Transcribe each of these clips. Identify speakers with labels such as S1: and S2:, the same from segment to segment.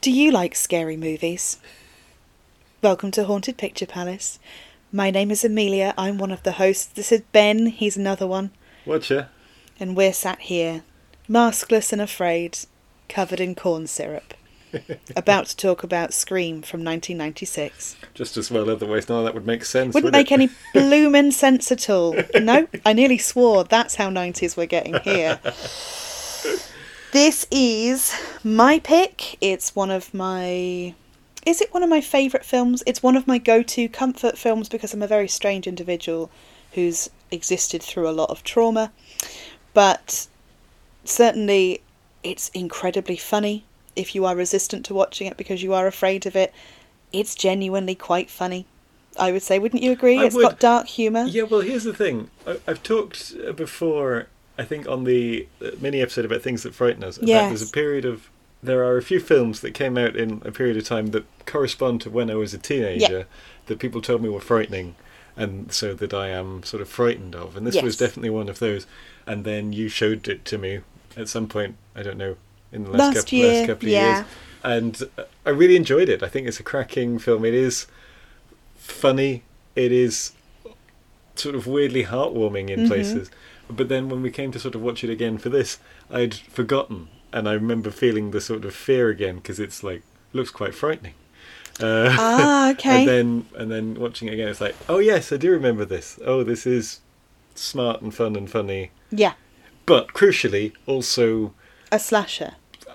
S1: Do you like scary movies? Welcome to Haunted Picture Palace. My name is Amelia. I'm one of the hosts. This is Ben. He's another one.
S2: Watcher.
S1: And we're sat here, maskless and afraid, covered in corn syrup, about to talk about Scream from 1996.
S2: Just as well, otherwise none of that would make sense.
S1: Wouldn't
S2: would
S1: make
S2: it?
S1: any bloomin' sense at all. No, I nearly swore. That's how 90s we're getting here. This is my pick. It's one of my. Is it one of my favourite films? It's one of my go to comfort films because I'm a very strange individual who's existed through a lot of trauma. But certainly it's incredibly funny if you are resistant to watching it because you are afraid of it. It's genuinely quite funny. I would say, wouldn't you agree?
S2: I
S1: It's
S2: would.
S1: got dark humour.
S2: Yeah, well, here's the thing. I, I've talked uh, before, I think, on the uh, mini episode about things that frighten us. About There's
S1: Yes.
S2: a period of. There are a few films that came out in a period of time that correspond to when I was a teenager that people told me were frightening, and so that I am sort of frightened of. And this
S1: Yes.
S2: was definitely one of those. And then you showed it to me at some point, I don't know, in the last,
S1: Last
S2: couple,
S1: year,
S2: last couple of
S1: yeah.
S2: years. And uh, I really enjoyed it. I think it's a cracking film. It is funny. It is sort of weirdly heartwarming
S1: Mm-hmm.
S2: in places. But then when we came to sort of watch it again for this, I'd forgotten, and I remember feeling the sort of fear again because it's like looks quite frightening. Uh,
S1: Ah, okay.
S2: and then and then watching it again, it's like, oh yes, I do remember this. Oh, this is smart and fun and funny,
S1: yeah,
S2: but crucially also
S1: a slasher.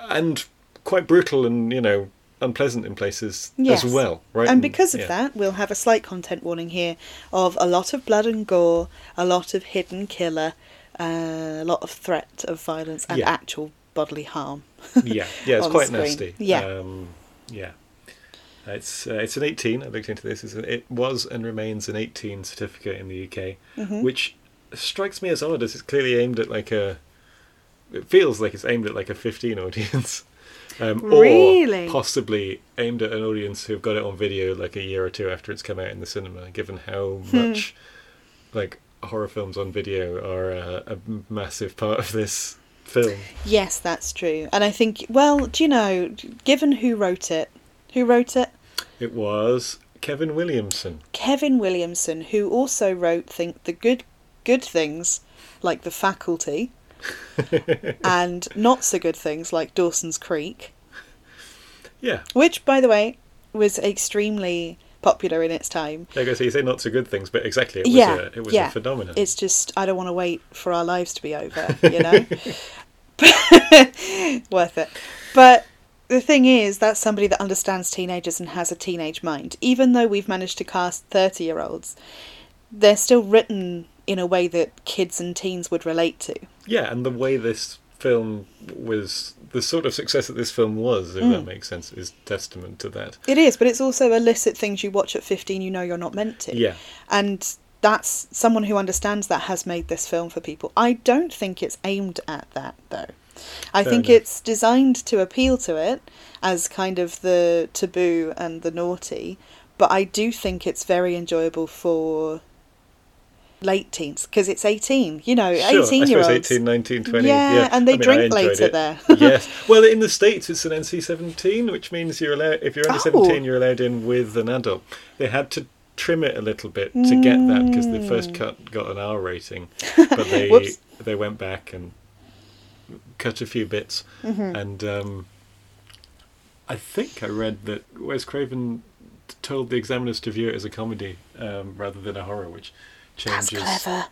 S2: and quite brutal and you know unpleasant in places
S1: Yes.
S2: as well, right? mm,
S1: And because of
S2: yeah.
S1: that, we'll have a slight content warning here of a lot of blood and gore, a lot of hidden killer, uh, a lot of threat of violence and
S2: Yeah.
S1: actual bodily harm.
S2: yeah, yeah, it's
S1: on
S2: quite
S1: screen.
S2: nasty.
S1: Yeah.
S2: um, yeah. It's uh, it's an 18. I looked into this. It's an, it was and remains an 18 certificate in the UK,
S1: Mm-hmm.
S2: which strikes me as odd, as it's clearly aimed at like a. It feels like it's aimed at like a 15 audience. Um,
S1: Really?
S2: Or possibly aimed at an audience who've got it on video like a year or two after it's come out in the cinema, given how
S1: Hmm.
S2: much like horror films on video are uh, a massive part of this film.
S1: Yes, that's true. And I think, well, do you know, given who wrote it, who wrote it?
S2: It was Kevin Williamson.
S1: Kevin Williamson, who also wrote think the good good things like The Faculty and not so good things like Dawson's Creek.
S2: Yeah.
S1: which by the way was extremely popular in its time
S2: Like I say, you say not so good things, but exactly, it was,
S1: yeah
S2: a, it was
S1: yeah
S2: a phenomenon.
S1: it's just i don't want to wait for our lives to be over you know worth it but the thing is that's somebody that understands teenagers and has a teenage mind even though we've managed to cast 30 year olds they're still written in a way that kids and teens would relate to
S2: yeah, and the way this film was, the sort of success that this film was, if
S1: Mm.
S2: that makes sense, is testament to that.
S1: It is, but it's also illicit things you watch at 15 you know you're not meant to.
S2: Yeah.
S1: And that's someone who understands that has made this film for people. I don't think it's aimed at that though. I
S2: Fair
S1: think
S2: enough.
S1: it's designed to appeal to it as kind of the taboo and the naughty, but I do think it's very enjoyable for late teens because it's 18, you know,
S2: Sure,
S1: 18
S2: I
S1: year
S2: suppose
S1: olds.
S2: 18, 19, 20.
S1: Oh, Yeah,
S2: Yeah,
S1: and they
S2: I mean, I
S1: drink
S2: enjoyed
S1: later
S2: it.
S1: there.
S2: yes. Well, in the States, it's an NC 17, which means you're allowed, if you're under
S1: Oh.
S2: 17, you're allowed in with an adult. They had to trim it a little bit to get that because the first cut got an R rating, but they,
S1: Mm. Whoops.
S2: they went back and cut a few bits.
S1: Mm-hmm.
S2: And um, I think I read that Wes Craven t- told the examiners to view it as a comedy um, rather than a horror, which
S1: That's
S2: changes
S1: clever.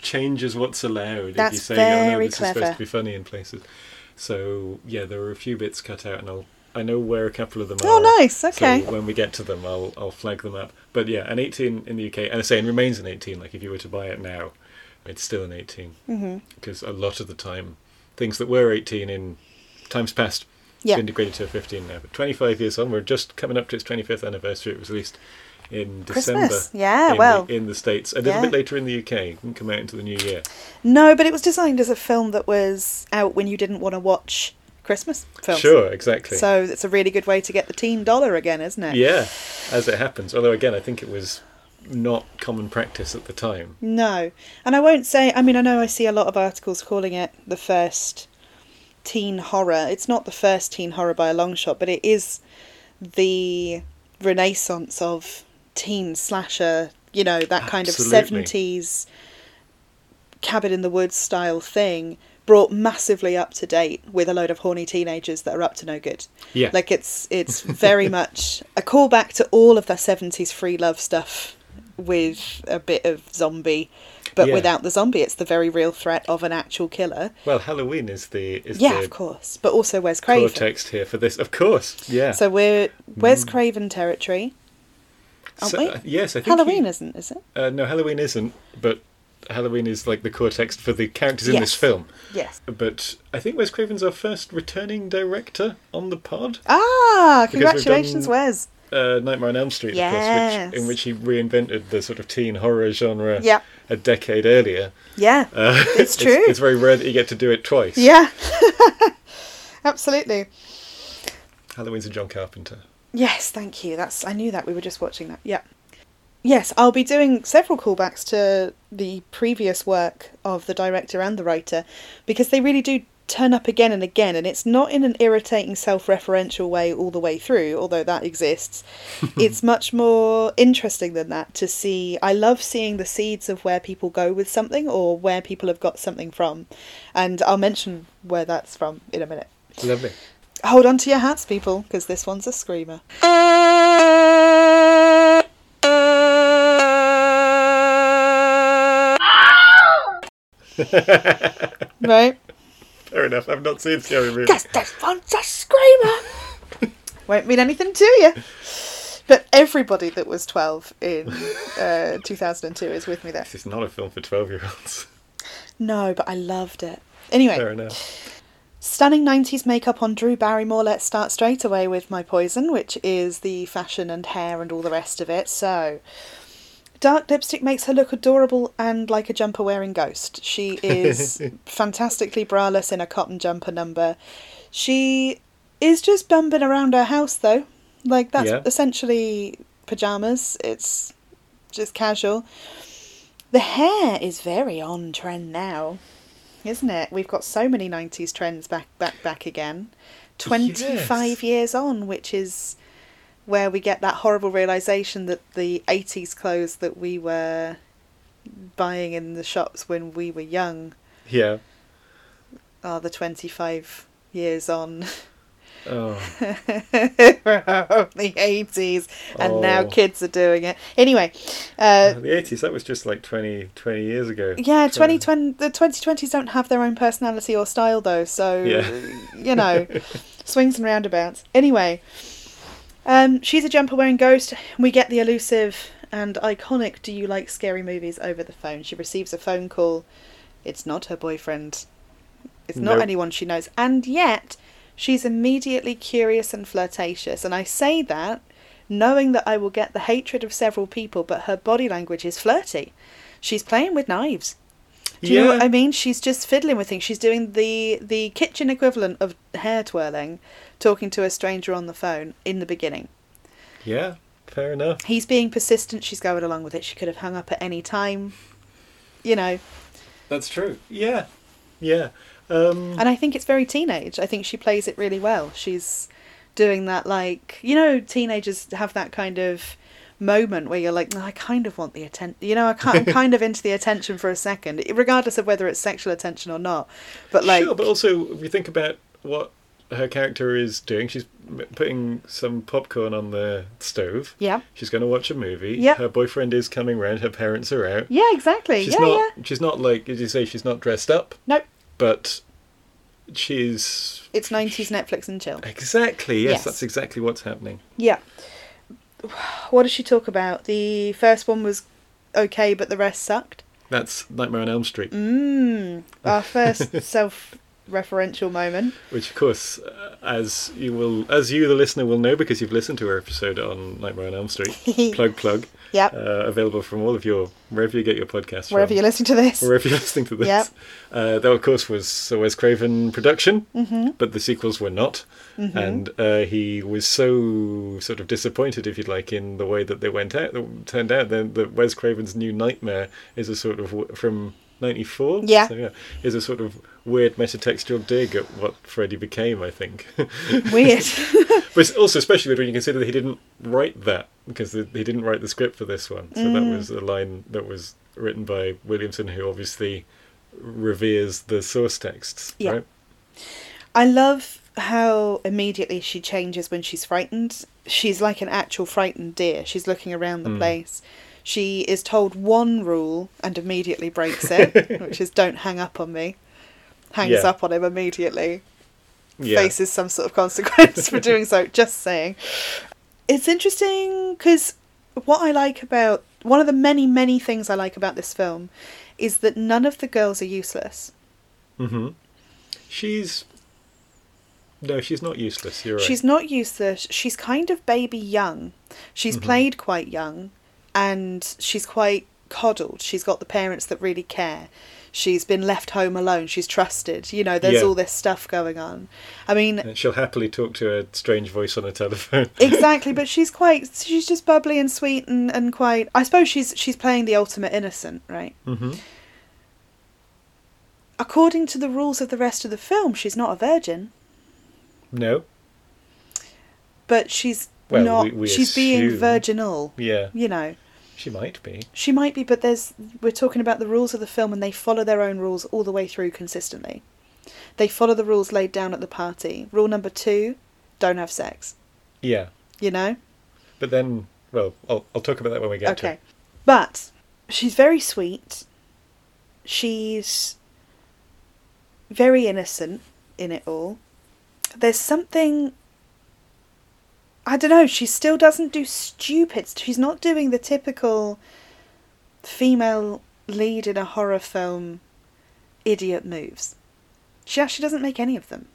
S2: changes what's allowed if
S1: That's
S2: you say, "Oh no,
S1: very
S2: this is
S1: clever.
S2: supposed to be funny in places." So yeah, there are a few bits cut out, and I'll I know where a couple of them
S1: Oh,
S2: are.
S1: nice, okay.
S2: So when we get to them, I'll I'll flag them up. But yeah, an 18 in the UK, and I say, and remains an 18. Like if you were to buy it now, it's still an 18
S1: Mm-hmm.
S2: because a lot of the time, things that were 18 in times past.
S1: Yeah.
S2: Been degraded to 15 now, but 25 years on, we're just coming up to its 25th anniversary. It was released in December.
S1: Christmas, yeah,
S2: in the-
S1: well,
S2: in the states a little
S1: yeah.
S2: bit later in the UK. It can come out into the new year.
S1: No, but it was designed as a film that was out when you didn't want to watch Christmas films.
S2: Sure, exactly.
S1: So it's a really good way to get the teen dollar again, isn't it?
S2: yeah, as it happens. Although again, I think it was not common practice at the time.
S1: No. And I won't say, I mean, I know I see a lot of articles calling it the first teen horror. It's not the first teen horror by a long shot, but it is the renaissance of teen slasher, you know, that kind
S2: Absolutely.
S1: of 70s cabin in the woods style thing brought massively up to date with a load of horny teenagers that are up to no good.
S2: Yeah.
S1: Like it's it's very much a callback to all of the 70s free love stuff with a bit of zombie but
S2: Yeah.
S1: without the zombie it's the very real threat of an actual killer.
S2: well, Halloween is the is
S1: Yeah,
S2: the
S1: of course. But also where's
S2: core
S1: Craven?
S2: text here for this. Of course. Yeah.
S1: So we're where's Craven territory? Aren't
S2: So,
S1: we?
S2: uh, yes, I think
S1: Halloween
S2: he-
S1: isn't, is it?
S2: Uh, no, Halloween isn't, but Halloween is like the core text for the characters in this
S1: Yes.
S2: film.
S1: Yes.
S2: But I think Wes Craven's our first returning director on the pod.
S1: Ah,
S2: we've done-
S1: congratulations, Wes.
S2: Uh, Nightmare on Elm Street, of course,
S1: Yes.
S2: which, in which he reinvented the sort of teen horror genre
S1: Yeah.
S2: a decade earlier.
S1: Yeah,
S2: Uh,
S1: it's true.
S2: It's, very rare that you get to do it twice.
S1: Yeah, absolutely.
S2: Halloween's a John Carpenter.
S1: Yes, thank you. That's I knew that we were just watching that. Yeah. Yes, I'll be doing several callbacks to the previous work of the director and the writer because they really do turn up again and again and it's not in an irritating self-referential way all the way through, although that exists. it's much more interesting than that to see. I love seeing the seeds of where people go with something or where people have got something from. And I'll mention where that's from in a minute.
S2: Lovely.
S1: Hold on to your hats, people, because this one's a screamer. right?
S2: Fair enough. I've not seen Scary Movie.
S1: Because this one's a screamer. Won't mean anything to you. But everybody that was 12 in uh, 2002 is with me there.
S2: This is not a film for 12 year olds.
S1: No, but I loved it. Anyway.
S2: Fair enough.
S1: Stunning 90s makeup on Drew Barrymore. Let's start straight away with My Poison, which is the fashion and hair and all the rest of it. So, dark lipstick makes her look adorable and like a jumper wearing ghost. She is fantastically braless in a cotton jumper number. She is just bumping around her house, though. Like, that's
S2: Yeah.
S1: essentially pajamas, it's just casual. The hair is very on trend now, isn't it? We've got so many '90s trends back, back, back again. Twenty-five
S2: Yes.
S1: years on, which is where we get that horrible realization that the '80s clothes that we were buying in the shops when we were young
S2: Yeah.
S1: are the 25 years on
S2: Oh.
S1: from the 80s and now
S2: Oh.
S1: kids are doing it anyway uh,
S2: the 80s, that was just like 20, 20 years ago.
S1: Yeah,
S2: So-
S1: 2020, the 2020s don't have their own personality or style, though, so,
S2: Yeah.
S1: you know, swings and roundabouts. Anyway, um, she's a jumper wearing ghost. We get the elusive and iconic Do You Like Scary Movies over the phone. She receives a phone call. It's not her boyfriend, it's not
S2: Nope.
S1: anyone she knows. And yet, she's immediately curious and flirtatious. And I say that knowing that I will get the hatred of several people, but her body language is flirty. She's playing with knives. Do you know what I mean? She's just fiddling with things. She's doing the the kitchen equivalent of hair twirling, talking to a stranger on the phone in the beginning.
S2: Yeah, fair enough.
S1: He's being persistent. She's going along with it. She could have hung up at any time, you know.
S2: That's true. Yeah, yeah. Um,
S1: And I think it's very teenage. I think she plays it really well. She's doing that like you know teenagers have that kind of moment where you're like "No, I kind of want the attention you know I can't, I'm kind of into the attention for a second regardless of whether it's sexual attention or not but like
S2: sure, but also if you think about what her character is doing, she's m- putting some popcorn on the stove.
S1: yeah
S2: She's going to watch a movie.
S1: Yep.
S2: Her boyfriend is coming round. Her parents are out.
S1: yeah exactly
S2: She's
S1: yeah
S2: not.
S1: yeah
S2: She's not like as you say. She's not dressed up,
S1: nope
S2: but she's
S1: It's 90s Netflix and chill.
S2: exactly yes.
S1: Yes.
S2: That's exactly what's happening.
S1: Yeah. What does she talk about? The first one was okay, but the rest sucked.
S2: That's Nightmare on Elm Street,
S1: Mmm. Our first self referential moment.
S2: which of course, uh, as you will, as you the listener will know because you've listened to our episode on Nightmare on Elm Street. plug plug.
S1: Yep.
S2: Uh, available from all of your wherever you get your podcasts.
S1: Wherever
S2: from.
S1: you're listening to this.
S2: Wherever you're listening to this.
S1: Yep.
S2: Uh, that, of course, was a Wes Craven production,
S1: Mm-hmm.
S2: but the sequels were not. And uh, he was so sort of disappointed, if you'd like, in the way that they went out, that turned out. Then that Wes Craven's new nightmare is a sort of w- from 94.
S1: Yeah.
S2: So, yeah. Is a sort of weird metatextual dig at what Freddy became, I think.
S1: Weird.
S2: but it's also especially weird when you consider that he didn't write that because the, he didn't write the script for this one. So
S1: Mm.
S2: that was a line that was written by Williamson, who obviously reveres the source texts.
S1: Yeah.
S2: Right?
S1: I love how immediately she changes when she's frightened. She's like an actual frightened deer. She's looking around
S2: Hmm.
S1: the place. She is told one rule and immediately breaks it, which is don't hang up on me. Hangs
S2: Yeah.
S1: up on him immediately.
S2: Yeah.
S1: Faces some sort of consequence for doing so. Just saying. It's interesting because what I like about one of the many, many things I like about this film is that none of the girls are useless.
S2: hmm She's. No, she's not useless. You're right.
S1: She's not useless. She's kind of baby young. She's
S2: Mm-hmm.
S1: played quite young and she's quite coddled. She's got the parents that really care. She's been left home alone. She's trusted. You know, there's
S2: Yeah.
S1: all this stuff going on. I mean,
S2: And she'll happily talk to a strange voice on a telephone.
S1: exactly, but she's quite she's just bubbly and sweet and, and quite I suppose she's she's playing the ultimate innocent, right?
S2: hmm
S1: According to the rules of the rest of the film, she's not a virgin,
S2: No.
S1: but she's
S2: Well,
S1: not
S2: we- we
S1: she's being
S2: assume-
S1: virginal,
S2: Yeah.
S1: you know.
S2: She might be.
S1: She might be, but there's we're talking about the rules of the film, and they follow their own rules all the way through consistently. They follow the rules laid down at the party. Rule number two: don't have sex.
S2: Yeah.
S1: You know.
S2: But then, well, I'll, I'll talk about that when we get to
S1: okay.
S2: it.
S1: But she's very sweet. She's very innocent in it all. There's something. I don't know. She still doesn't do stupid. She's not doing the typical female lead in a horror film idiot moves. She actually doesn't make any of them.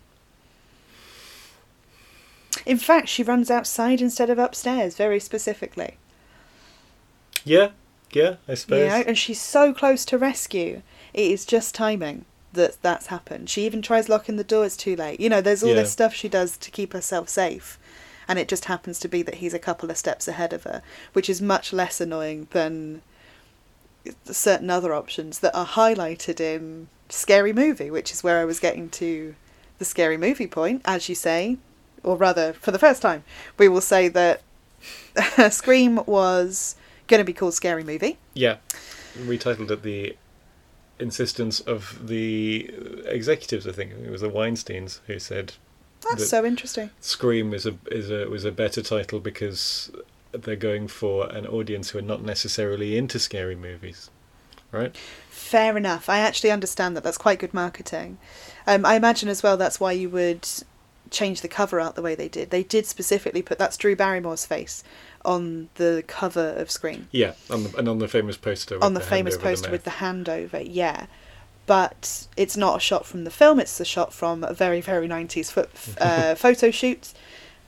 S1: In fact, she runs outside instead of upstairs, very specifically.
S2: Yeah. Yeah, I suppose.
S1: You know, and she's so close to rescue. It is just timing that that's happened. She even tries locking the door, it's too late. You know, there's all
S2: Yeah.
S1: this stuff she does to keep herself safe. And it just happens to be that he's a couple of steps ahead of her, which is much less annoying than certain other options that are highlighted in Scary Movie, which is where I was getting to the Scary Movie point, as you say, or rather, for the first time, we will say that Scream was going to be called Scary Movie.
S2: Yeah. Retitled at the insistence of the executives, I think. It was the Weinsteins who said
S1: That's
S2: that-
S1: so interesting.
S2: Scream is a is a was a better title because they're going for an audience who are not necessarily into scary movies. Right?
S1: Fair enough. I actually understand that. That's quite good marketing. Um, I imagine as well that's why you would change the cover art the way they did. They did specifically put that's Drew Barrymore's face on the cover of Scream,
S2: Yeah, on the, and on the famous poster. With
S1: on the,
S2: hand
S1: famous
S2: over the
S1: poster
S2: mouth.
S1: with the hand over. Yeah. But it's not a shot from the film, it's a shot from a very, very 90s foot, uh, photo shoot.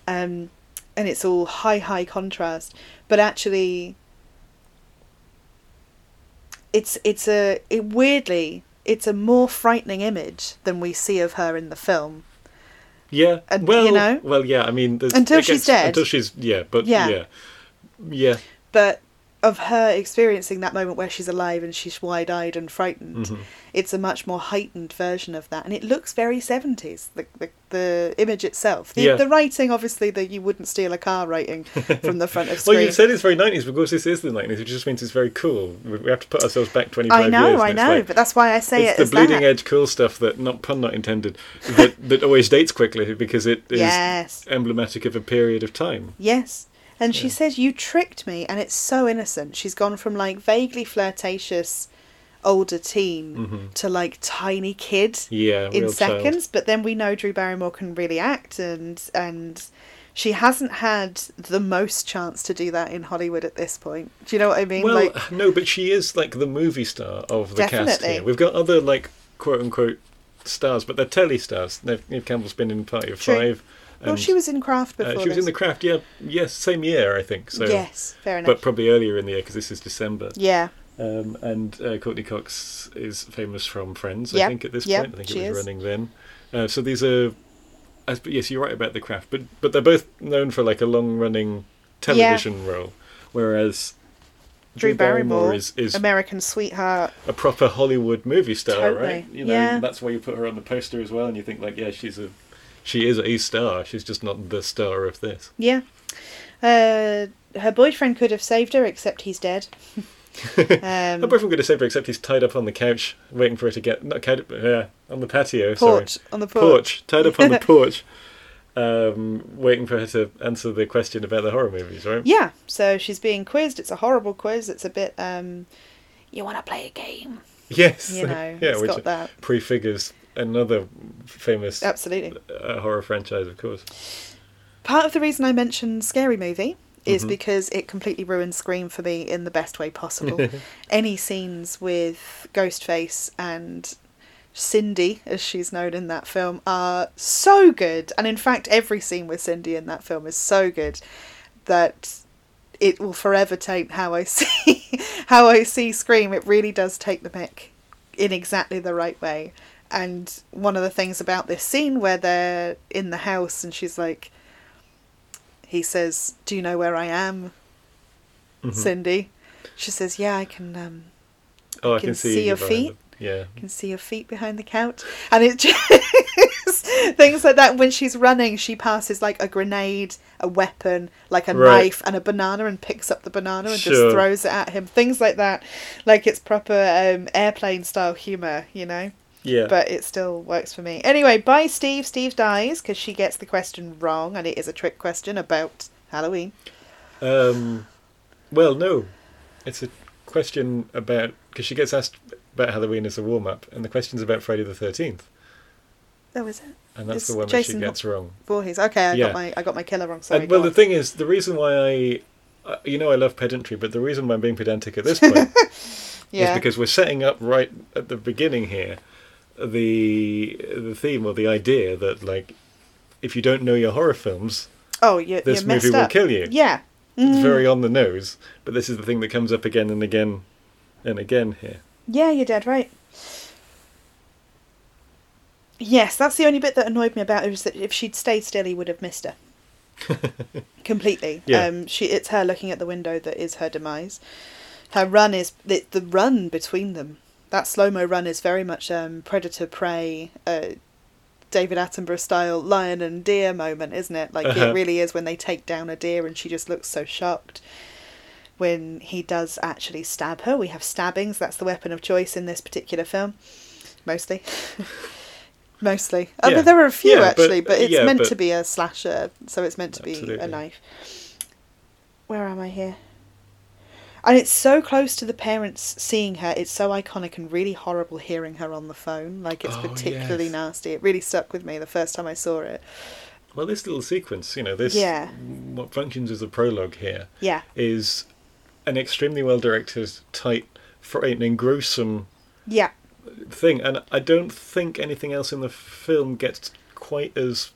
S1: Um, and it's all high, high contrast. But actually, it's it's a it weirdly it's a more frightening image than we see of her in the film.
S2: Yeah.
S1: And, you
S2: well,
S1: know?
S2: well, yeah. I mean, there's,
S1: Until
S2: it
S1: she's
S2: gets-
S1: dead.
S2: Until she's yeah, but
S1: Yeah.
S2: yeah, yeah, yeah.
S1: But of her experiencing that moment where she's alive and she's wide eyed and frightened,
S2: Mm-hmm.
S1: it's a much more heightened version of that. And it looks very 70s, the, the, the image itself. The,
S2: Yeah.
S1: the writing, obviously, the you wouldn't steal a car writing from the front of
S2: Well,
S1: screen.
S2: you said it's very 90s because this is the 90s, which just means it's very cool. We we have to put ourselves back 25
S1: I know,
S2: years.
S1: I
S2: and it's
S1: know,
S2: like-
S1: but that's why I say
S2: it's
S1: it
S2: the
S1: as
S2: bleeding
S1: that.
S2: edge cool stuff that not pun not intended that, that always dates quickly because it is
S1: Yes.
S2: emblematic of a period of time.
S1: Yes. And she says, You tricked me. And it's so innocent. She's gone from like vaguely flirtatious older teen
S2: Mm-hmm.
S1: to like tiny kid
S2: Yeah,
S1: in
S2: real child.
S1: seconds. But then we know Drew Barrymore can really act. And, and she hasn't had the most chance to do that in Hollywood at this point. Do you know what I mean?
S2: Well,
S1: like,
S2: no, but she is like the movie star of the cast
S1: Definitely.
S2: here. We've got other like quote unquote stars, but they're telly stars. Now, Neve Campbell's been in Party of
S1: True.
S2: Five.
S1: well, she was in Craft
S2: uh,
S1: before.
S2: she was in the
S1: this.
S2: craft. Yeah, yes, same year I think. So,
S1: yes, fair enough.
S2: but probably earlier in the year because this is December.
S1: yeah.
S2: Um, and uh, Courtney Cox is famous from Friends,
S1: Yep,
S2: I think, at this
S1: yep,
S2: point. I think
S1: she
S2: it was
S1: is.
S2: running then. Uh, so these are, I sp- yes, you're right about the craft, but but they're both known for like a long running television role, whereas
S1: Drew, Barrymore,
S2: is, is
S1: American Sweetheart.
S2: a proper Hollywood movie star,
S1: Totally,
S2: right? You know,
S1: yeah.
S2: that's why you put her on the poster as well, and you think like, yeah, she's a, she is a star. She's just not the star of this.
S1: Yeah. Uh, her boyfriend could have saved her, except he's dead. um,
S2: Her boyfriend could have saved her, except he's tied up on the couch, waiting for her to get not couch, yeah, on the patio. sorry.
S1: porch on the porch.
S2: porch, tied up on the porch, um, waiting for her to answer the question about the horror movies, right?
S1: Yeah, so she's being quizzed. It's a horrible quiz. It's a bit, um, you want to play a game,
S2: Yes.
S1: you know?
S2: yeah,
S1: it's
S2: which
S1: got that.
S2: prefigures another famous
S1: Absolutely.
S2: uh, horror franchise, of course.
S1: Part of the reason I mentioned Scary Movie is because it completely ruined Scream for me in the best way possible. Any scenes with Ghostface and Cindy, as she's known in that film, are so good. And in fact, every scene with Cindy in that film is so good that it will forever taint how I see how I see Scream. It really does take the mick in exactly the right way. And one of the things about this scene where they're in the house and she's like, he says, "Do you know where I am,
S2: Mm-hmm.
S1: Cindy?" She says, "Yeah, I can um,
S2: Oh, I
S1: can
S2: can, see,
S1: see
S2: you
S1: your
S2: behind
S1: feet.
S2: the- yeah.
S1: can see your feet behind the couch and it just things like that when she's running she passes like a grenade a weapon like a
S2: Right.
S1: knife and a banana and picks up the banana and
S2: Sure.
S1: just throws it at him things like that like it's proper um, airplane style humor you know
S2: Yeah.
S1: but it still works for me anyway by steve steve dies because she gets the question wrong and it is a trick question about halloween
S2: Um, well, no. It's a question about because she gets asked about Halloween as a warm up, and the question's about Friday the Thirteenth,
S1: oh is it
S2: and that's
S1: It's
S2: the one
S1: Jason
S2: that she
S1: Ho-
S2: gets wrong.
S1: Voorhees. okay i
S2: Yeah.
S1: got my i got my killer wrong sorry
S2: And, well,
S1: go
S2: the
S1: on.
S2: thing is, the reason why I, uh, you know, I love pedantry, but the reason why I'm being pedantic at this point
S1: yeah
S2: is because we're setting up right at the beginning here the the theme or the idea that like if you don't know your horror films,
S1: oh you're,
S2: this
S1: you're
S2: movie
S1: messed
S2: will
S1: up
S2: kill you.
S1: yeah Mm.
S2: It's very on the nose, but this is the thing that comes up again and again and again here.
S1: Yeah, you're dead right. Yes, that's the only bit that annoyed me about it was that if she'd stayed still, he would have missed her completely.
S2: Yeah.
S1: Um, she it's her looking at the window that is her demise. Her run is the, the run between them. That slow mo run is very much um, predator prey, uh, David Attenborough style lion and deer moment, isn't it? Like
S2: Uh-huh.
S1: it really is when they take down a deer and she just looks so shocked when he does actually stab her. We have stabbings, that's the weapon of choice in this particular film. Mostly. Mostly. I
S2: Yeah.
S1: mean, there are a few
S2: Yeah, but- uh,
S1: actually, but, it's
S2: yeah,
S1: meant
S2: but-
S1: to be a slasher, so it's meant to be a
S2: Absolutely.
S1: knife. Where am I here? And it's so close to the parents seeing her. It's so iconic and really horrible hearing her on the phone. Like it's
S2: Oh,
S1: particularly
S2: yes.
S1: nasty. It really stuck with me the first time I saw it.
S2: Well, this little sequence, you know, this
S1: Yeah.
S2: what functions as a prologue here
S1: Yeah.
S2: is an extremely well directed, tight, frightening, gruesome
S1: Yeah.
S2: thing, and I don't think anything else in the film gets quite as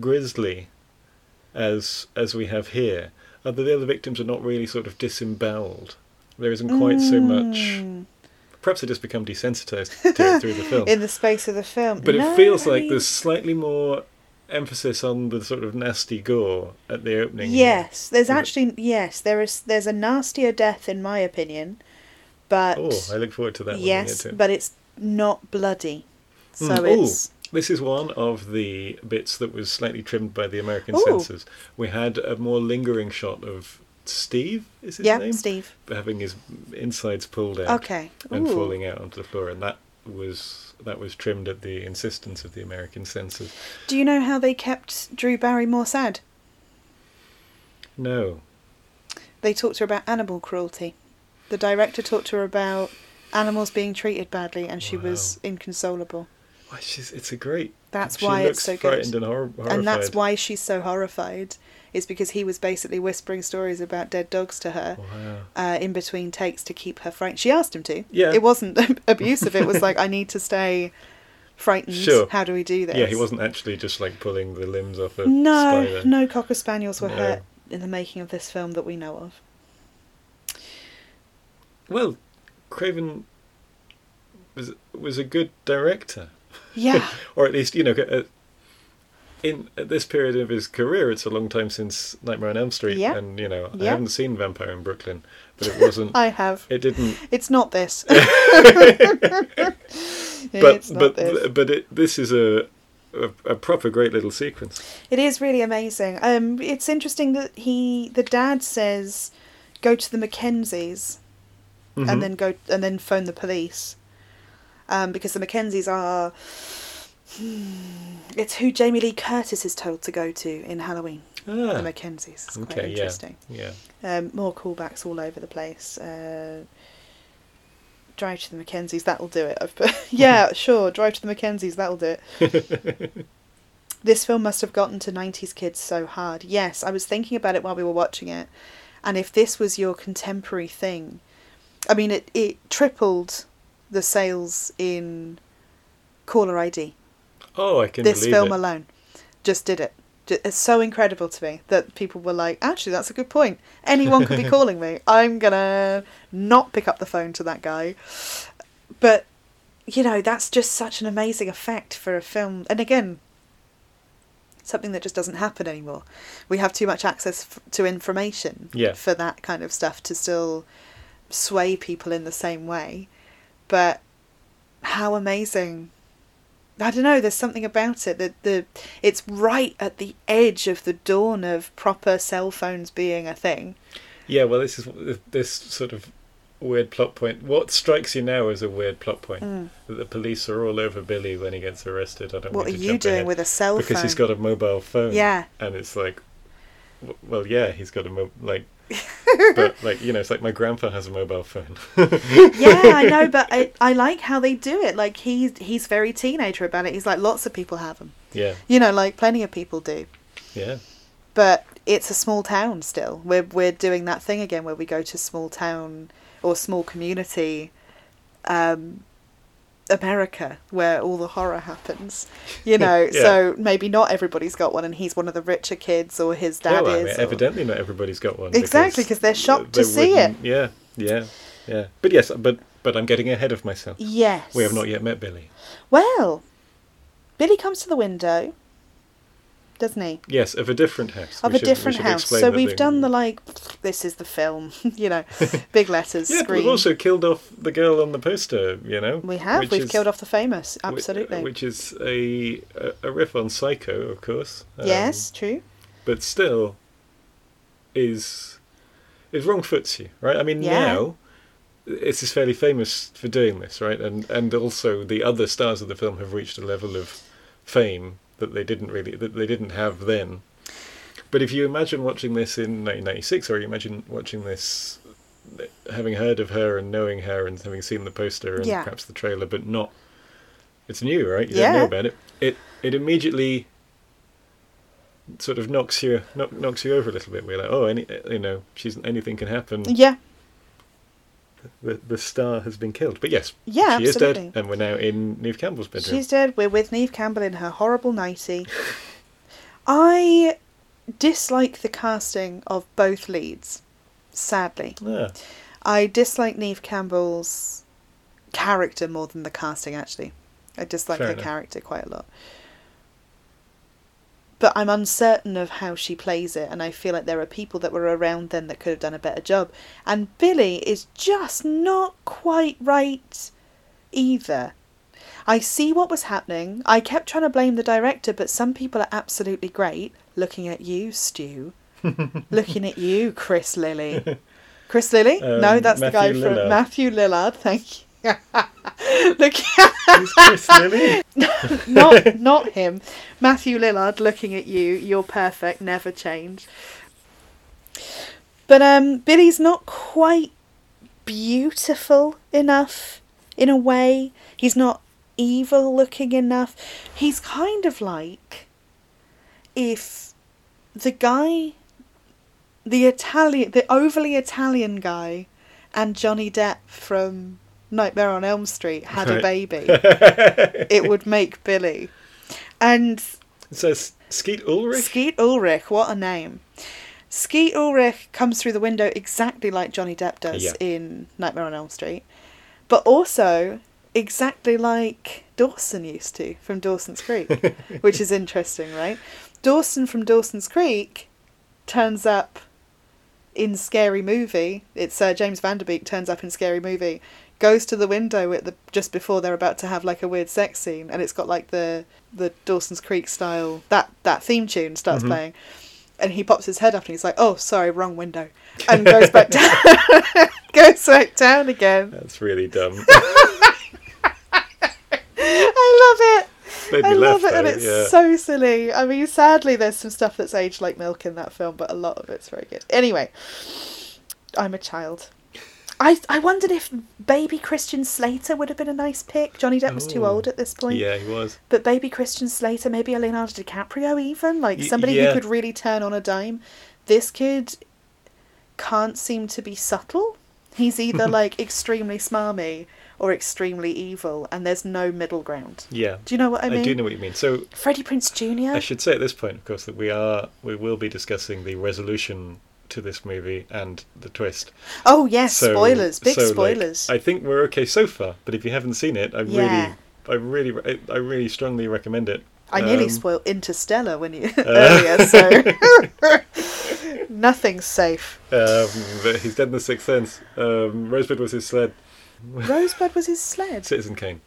S2: grisly as as we have here. Although the other victims are not really sort of disemboweled, there isn't quite so much.
S1: Mm.
S2: Perhaps they just become desensitized to it through the film.
S1: In the space of the film.
S2: But
S1: No,
S2: it feels
S1: I
S2: like
S1: mean-
S2: there's slightly more emphasis on the sort of nasty gore at the opening. here.
S1: Yes, there's
S2: Is it-
S1: actually yes, there is there's a nastier death in my opinion, but
S2: Oh, I look forward to that. when we get
S1: yes,
S2: to it.
S1: but it's not bloody, so
S2: Mm, ooh.
S1: it's
S2: This is one of the bits that was slightly trimmed by the American
S1: Ooh.
S2: censors. We had a more lingering shot of Steve, is his
S1: yeah,
S2: name?
S1: Steve.
S2: Having his insides pulled out
S1: Okay,
S2: and
S1: Ooh.
S2: falling out onto the floor, and that was that was trimmed at the insistence of the American censors.
S1: Do you know how they kept Drew Barrymore sad?
S2: No.
S1: They talked to her about animal cruelty. The director talked to her about animals being treated badly, and she was inconsolable.
S2: Why she's, it's a great.
S1: That's
S2: she
S1: why
S2: looks
S1: it's so good.
S2: frightened and hor- horrified.
S1: and that's why she's so horrified is because he was basically whispering stories about dead dogs to her
S2: Wow.
S1: uh, in between takes to keep her frightened she asked him to
S2: Yeah.
S1: it wasn't abusive it was like i need to stay frightened
S2: Sure.
S1: how do we do this
S2: Yeah, he wasn't actually just like pulling the limbs off a
S1: no
S2: spider.
S1: no cocker spaniels were
S2: No.
S1: hurt in the making of this film that we know of
S2: Well, Craven was was a good director,
S1: yeah
S2: or at least you know. Uh, in at this period of his career, it's a long time since Nightmare on Elm Street,
S1: Yeah.
S2: and you know I
S1: Yeah. Oh.
S2: haven't seen Vampire in Brooklyn, but it wasn't.
S1: I have.
S2: it didn't.
S1: It's not this.
S2: But
S1: it's not
S2: but
S1: this.
S2: but it, this is a, a a proper great little sequence.
S1: It is really amazing. Um, it's interesting that he, the dad, says, "Go to the Mackenzies,
S2: Mhm.
S1: and then go and then phone the police," um, because the Mackenzies are. Hmm, it's who Jamie Lee Curtis is told to go to in Halloween. The
S2: ah,
S1: Mackenzies. It's quite
S2: okay, yeah,
S1: interesting.
S2: yeah.
S1: Um, more callbacks all over the place. Uh, drive to the Mackenzies, that'll do it. I've put, yeah, sure. Drive to the Mackenzies, that'll do it. this film must have gotten to 90s kids so hard. Yes, I was thinking about it while we were watching it. And if this was your contemporary thing, I mean, it, it tripled the sales in caller ID.
S2: Oh, I can
S1: This
S2: believe
S1: film
S2: it.
S1: alone just did it. Ju- It's so incredible to me that people were like, actually, that's a good point. Anyone could be calling me. I'm going to not pick up the phone to that guy. But, you know, that's just such an amazing effect for a film. And again, something that just doesn't happen anymore. We have too much access f- to information
S2: Yeah.
S1: for that kind of stuff to still sway people in the same way. But how amazing I don't know. There's something about it that the it's right at the edge of the dawn of proper cell phones being a thing.
S2: Yeah, well, this is this sort of weird plot point. What strikes you now as a weird plot point that the police are all over Billy when he gets arrested. I don't.
S1: Mm. What
S2: want
S1: are
S2: to
S1: you
S2: jump
S1: doing
S2: ahead.
S1: with a cell
S2: because
S1: phone?
S2: he's got a mobile phone.
S1: Yeah.
S2: and it's like, w- well, yeah, he's got a mo- like, but like you know, it's like my grandpa has a mobile phone.
S1: yeah, I know, but I, I like how they do it. Like he's he's very teenager about it. He's like lots of people have them.
S2: yeah,
S1: You know, like plenty of people do.
S2: yeah,
S1: but it's a small town still. We're we're doing that thing again where we go to small town or small community, um, America, where all the horror happens. You know,
S2: Yeah.
S1: so maybe not everybody's got one, and he's one of the richer kids, or his dad
S2: well, I mean,
S1: is. or-
S2: evidently not everybody's got one.
S1: Exactly, 'cause they're shocked to see it.
S2: wouldn't- Yeah, yeah, yeah. But yes, but but I'm getting ahead of myself.
S1: Yes.
S2: We have not yet met Billy.
S1: Well, Billy comes to the window, doesn't he?
S2: Yes, of a different house.
S1: Of
S2: We
S1: a
S2: should- we
S1: different
S2: should
S1: house.
S2: explain
S1: So
S2: that
S1: we've
S2: they-
S1: done the like, this is the film, you know, big letters.
S2: Yeah, but
S1: screen.
S2: we've also killed off the girl on the poster. You know,
S1: We have.
S2: which
S1: We've
S2: is-
S1: killed off the famous.
S2: whi-
S1: Absolutely.
S2: Which is a a- a riff on Psycho, of course. Um,
S1: yes, true.
S2: but still is is wrong foots you right i mean
S1: Yeah.
S2: now it's is fairly famous for doing this right and and also the other stars of the film have reached a level of fame that they didn't really that they didn't have then but if you imagine watching this in 1996 or you imagine watching this having heard of her and knowing her and having seen the poster and
S1: Yeah.
S2: perhaps the trailer but not it's new right you don't
S1: Yeah.
S2: know about it it it immediately sort of knocks you knock, knocks you over a little bit. We're like, oh, any you know, she's anything can happen.
S1: Yeah.
S2: The the star has been killed, but yes,
S1: Yeah,
S2: she is dead,
S1: absolutely.
S2: and we're now in Neve Campbell's bedroom.
S1: She's dead. We're with Neve Campbell in her horrible nighty. I dislike the casting of both leads, sadly.
S2: Ah,
S1: I dislike Neve Campbell's character more than the casting, actually. I dislike
S2: Fair
S1: her
S2: enough.
S1: character quite a lot. But I'm uncertain of how she plays it, and I feel like there are people that were around then that could have done a better job. And Billy is just not quite right either. I see what was happening. I kept trying to blame the director, but some people are absolutely great. Looking at you, Stu. Looking at you, Chris Lilly. Chris Lilly? no,
S2: Um,
S1: that's the guy
S2: Matthew Lillard.
S1: from Matthew Lillard. Thank you. looking
S2: Is Chris Lilly?
S1: not not him. Matthew Lillard looking at you. You're perfect. Never change. But um, Billy's not quite beautiful enough in a way. He's not evil looking enough. He's kind of like if the guy, the Italian, the overly Italian guy, and Johnny Depp from Nightmare on Elm Street had a
S2: Right.
S1: baby it would make Billy. And
S2: so S- Skeet Ulrich.
S1: Skeet Ulrich, what a name. Skeet Ulrich comes through the window exactly like Johnny Depp does
S2: Yeah.
S1: in Nightmare on Elm Street. But also, exactly like Dawson used to from Dawson's Creek, which is interesting, right? Dawson from Dawson's Creek turns up in Scary Movie. It's uh, James Vanderbeek turns up in Scary Movie, goes to the window at the just before they're about to have like a weird sex scene, and it's got like the the Dawson's Creek style that that theme tune starts
S2: Mhm.
S1: playing, and he pops his head up and he's like, "Oh, sorry, wrong window," and goes back down, goes back down again.
S2: That's really dumb.
S1: I love it.
S2: Made me
S1: I love
S2: laugh,
S1: it, and
S2: though,
S1: it's
S2: yeah.
S1: so silly. I mean, sadly, there's some stuff that's aged like milk in that film, but a lot of it's very good. Anyway, I'm a child. I I wondered if baby Christian Slater would have been a nice pick. Johnny Depp was too
S2: Oh,
S1: old at this point,
S2: Yeah, he was.
S1: but baby Christian Slater, maybe a Leonardo DiCaprio, even like
S2: Y-
S1: somebody who
S2: yeah.
S1: could really turn on a dime. This kid can't seem to be subtle. He's either like extremely smarmy or extremely evil, and there's no middle ground.
S2: Yeah.
S1: Do you know what I
S2: I,
S1: mean?
S2: do know what you mean. So
S1: Freddie Prince Jr.
S2: I should say at this point, of course, that we are we will be discussing the resolution to this movie and the twist.
S1: oh yes,
S2: So-
S1: spoilers, big
S2: so, like,
S1: spoilers.
S2: I think we're okay so far, but if you haven't seen it, I
S1: Yeah.
S2: really, I really, I really strongly recommend it.
S1: I, nearly
S2: Um, Uh,
S1: spoiled Interstellar when you earlier, so nothing's safe.
S2: Um, but he's dead in the sixth sense. Um, Rosebud was his sled.
S1: Rosebud was his sled.
S2: Citizen Kane.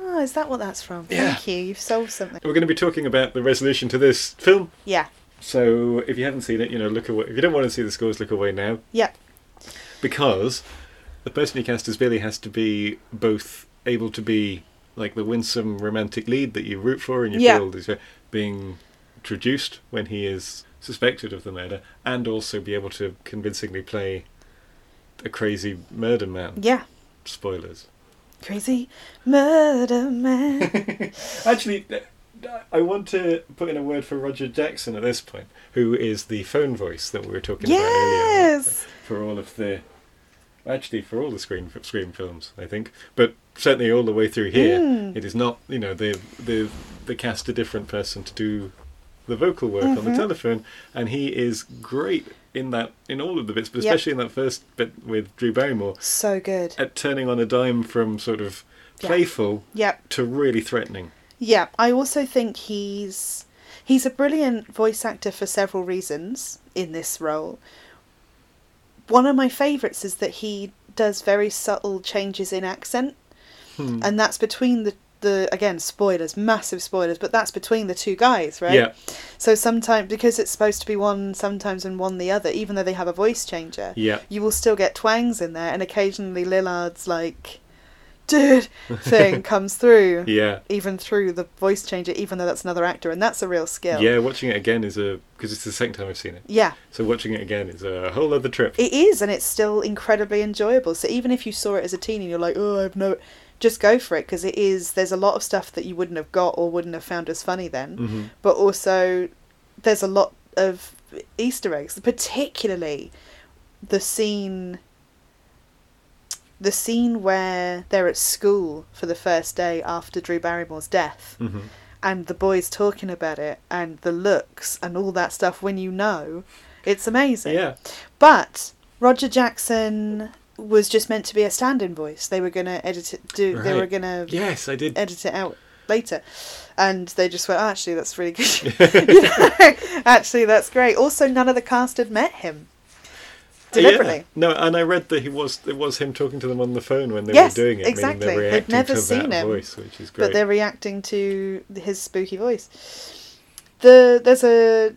S1: Oh, is that what that's from?
S2: Yeah.
S1: Thank you. You've solved something.
S2: We're going to be talking about the resolution to this film.
S1: Yeah.
S2: So if you haven't seen it, you know, look away. If you don't want to see the scores, look away now.
S1: Yeah.
S2: because the person you cast as Billy has to be both able to be like the winsome romantic lead that you root for and you
S1: Yeah.
S2: feel is being traduced when he is suspected of the murder, and also be able to convincingly play a crazy murder man.
S1: Yeah.
S2: Spoilers.
S1: Crazy murder man.
S2: Actually, I want to put in a word for Roger Jackson at this point, who is the phone voice that we were talking about earlier.
S1: yes.
S2: for all of the actually for all the screen screen films I think but certainly all the way through here
S1: Mm.
S2: it is not you know they've they've they cast a different person to do the vocal work on the
S1: Mhm.
S2: telephone and he is great in that in all of the bits but
S1: Yep.
S2: especially in that first bit with Drew Barrymore
S1: So good.
S2: at turning on a dime from sort of
S1: Yeah.
S2: playful
S1: Yep.
S2: to really threatening
S1: Yeah, I also think he's he's a brilliant voice actor for several reasons in this role. One of my favorites is that he does very subtle changes in accent,
S2: Hmm.
S1: and that's between the the again spoilers, massive spoilers, but that's between the two guys, right?
S2: yeah
S1: So sometimes because it's supposed to be one sometimes and one the other, even though they have a voice changer,
S2: yeah
S1: you will still get twangs in there, and occasionally Lillard's like, dude, thing comes through
S2: yeah
S1: even through the voice changer, even though that's another actor, and that's a real skill.
S2: yeah watching it again is a because it's the second time I've seen it
S1: Yeah,
S2: so watching it again is a whole other trip
S1: it is, and it's still incredibly enjoyable. So even if you saw it as a teen and you're like, oh, I've no, just go for it because it is. There's a lot of stuff that you wouldn't have got or wouldn't have found as funny then,
S2: hmm
S1: but also there's a lot of Easter eggs, particularly the scene. The scene where they're at school for the first day after Drew Barrymore's death,
S2: hmm
S1: and the boys talking about it and the looks and all that stuff when you know it's amazing
S2: yeah
S1: but roger jackson was just meant to be a stand-in voice they were going to edit it do they were
S2: Right.
S1: going to
S2: yes I did
S1: edit it out later and they just went "Oh, actually that's really good You know, actually that's great also none of the cast had met him deliberately
S2: Yeah. No, and I read that he was it was him talking to them on the phone when they
S1: Yes,
S2: were doing it.
S1: exactly.
S2: Meaning
S1: They'd
S2: they're reacting
S1: never
S2: to
S1: seen
S2: that
S1: him,
S2: voice, which is great.
S1: but they're reacting to his spooky voice. The there's a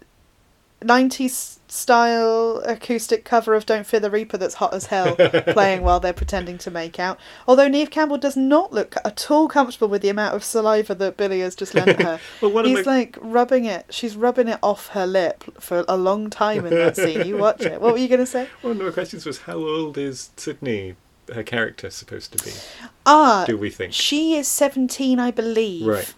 S1: '90s style acoustic cover of "Don't Fear the Reaper" that's hot as hell, playing while they're pretending to make out. Although Neve Campbell does not look at all comfortable with the amount of saliva that Billy has just lent her.
S2: well, one of
S1: He's
S2: my,
S1: like rubbing it. She's rubbing it off her lip for a long time in that scene. You watch it. What were you going to say?
S2: one of my questions was how old is Sydney, her character, supposed to be?
S1: Ah,
S2: Do we think?
S1: she is 17, I believe.
S2: Right.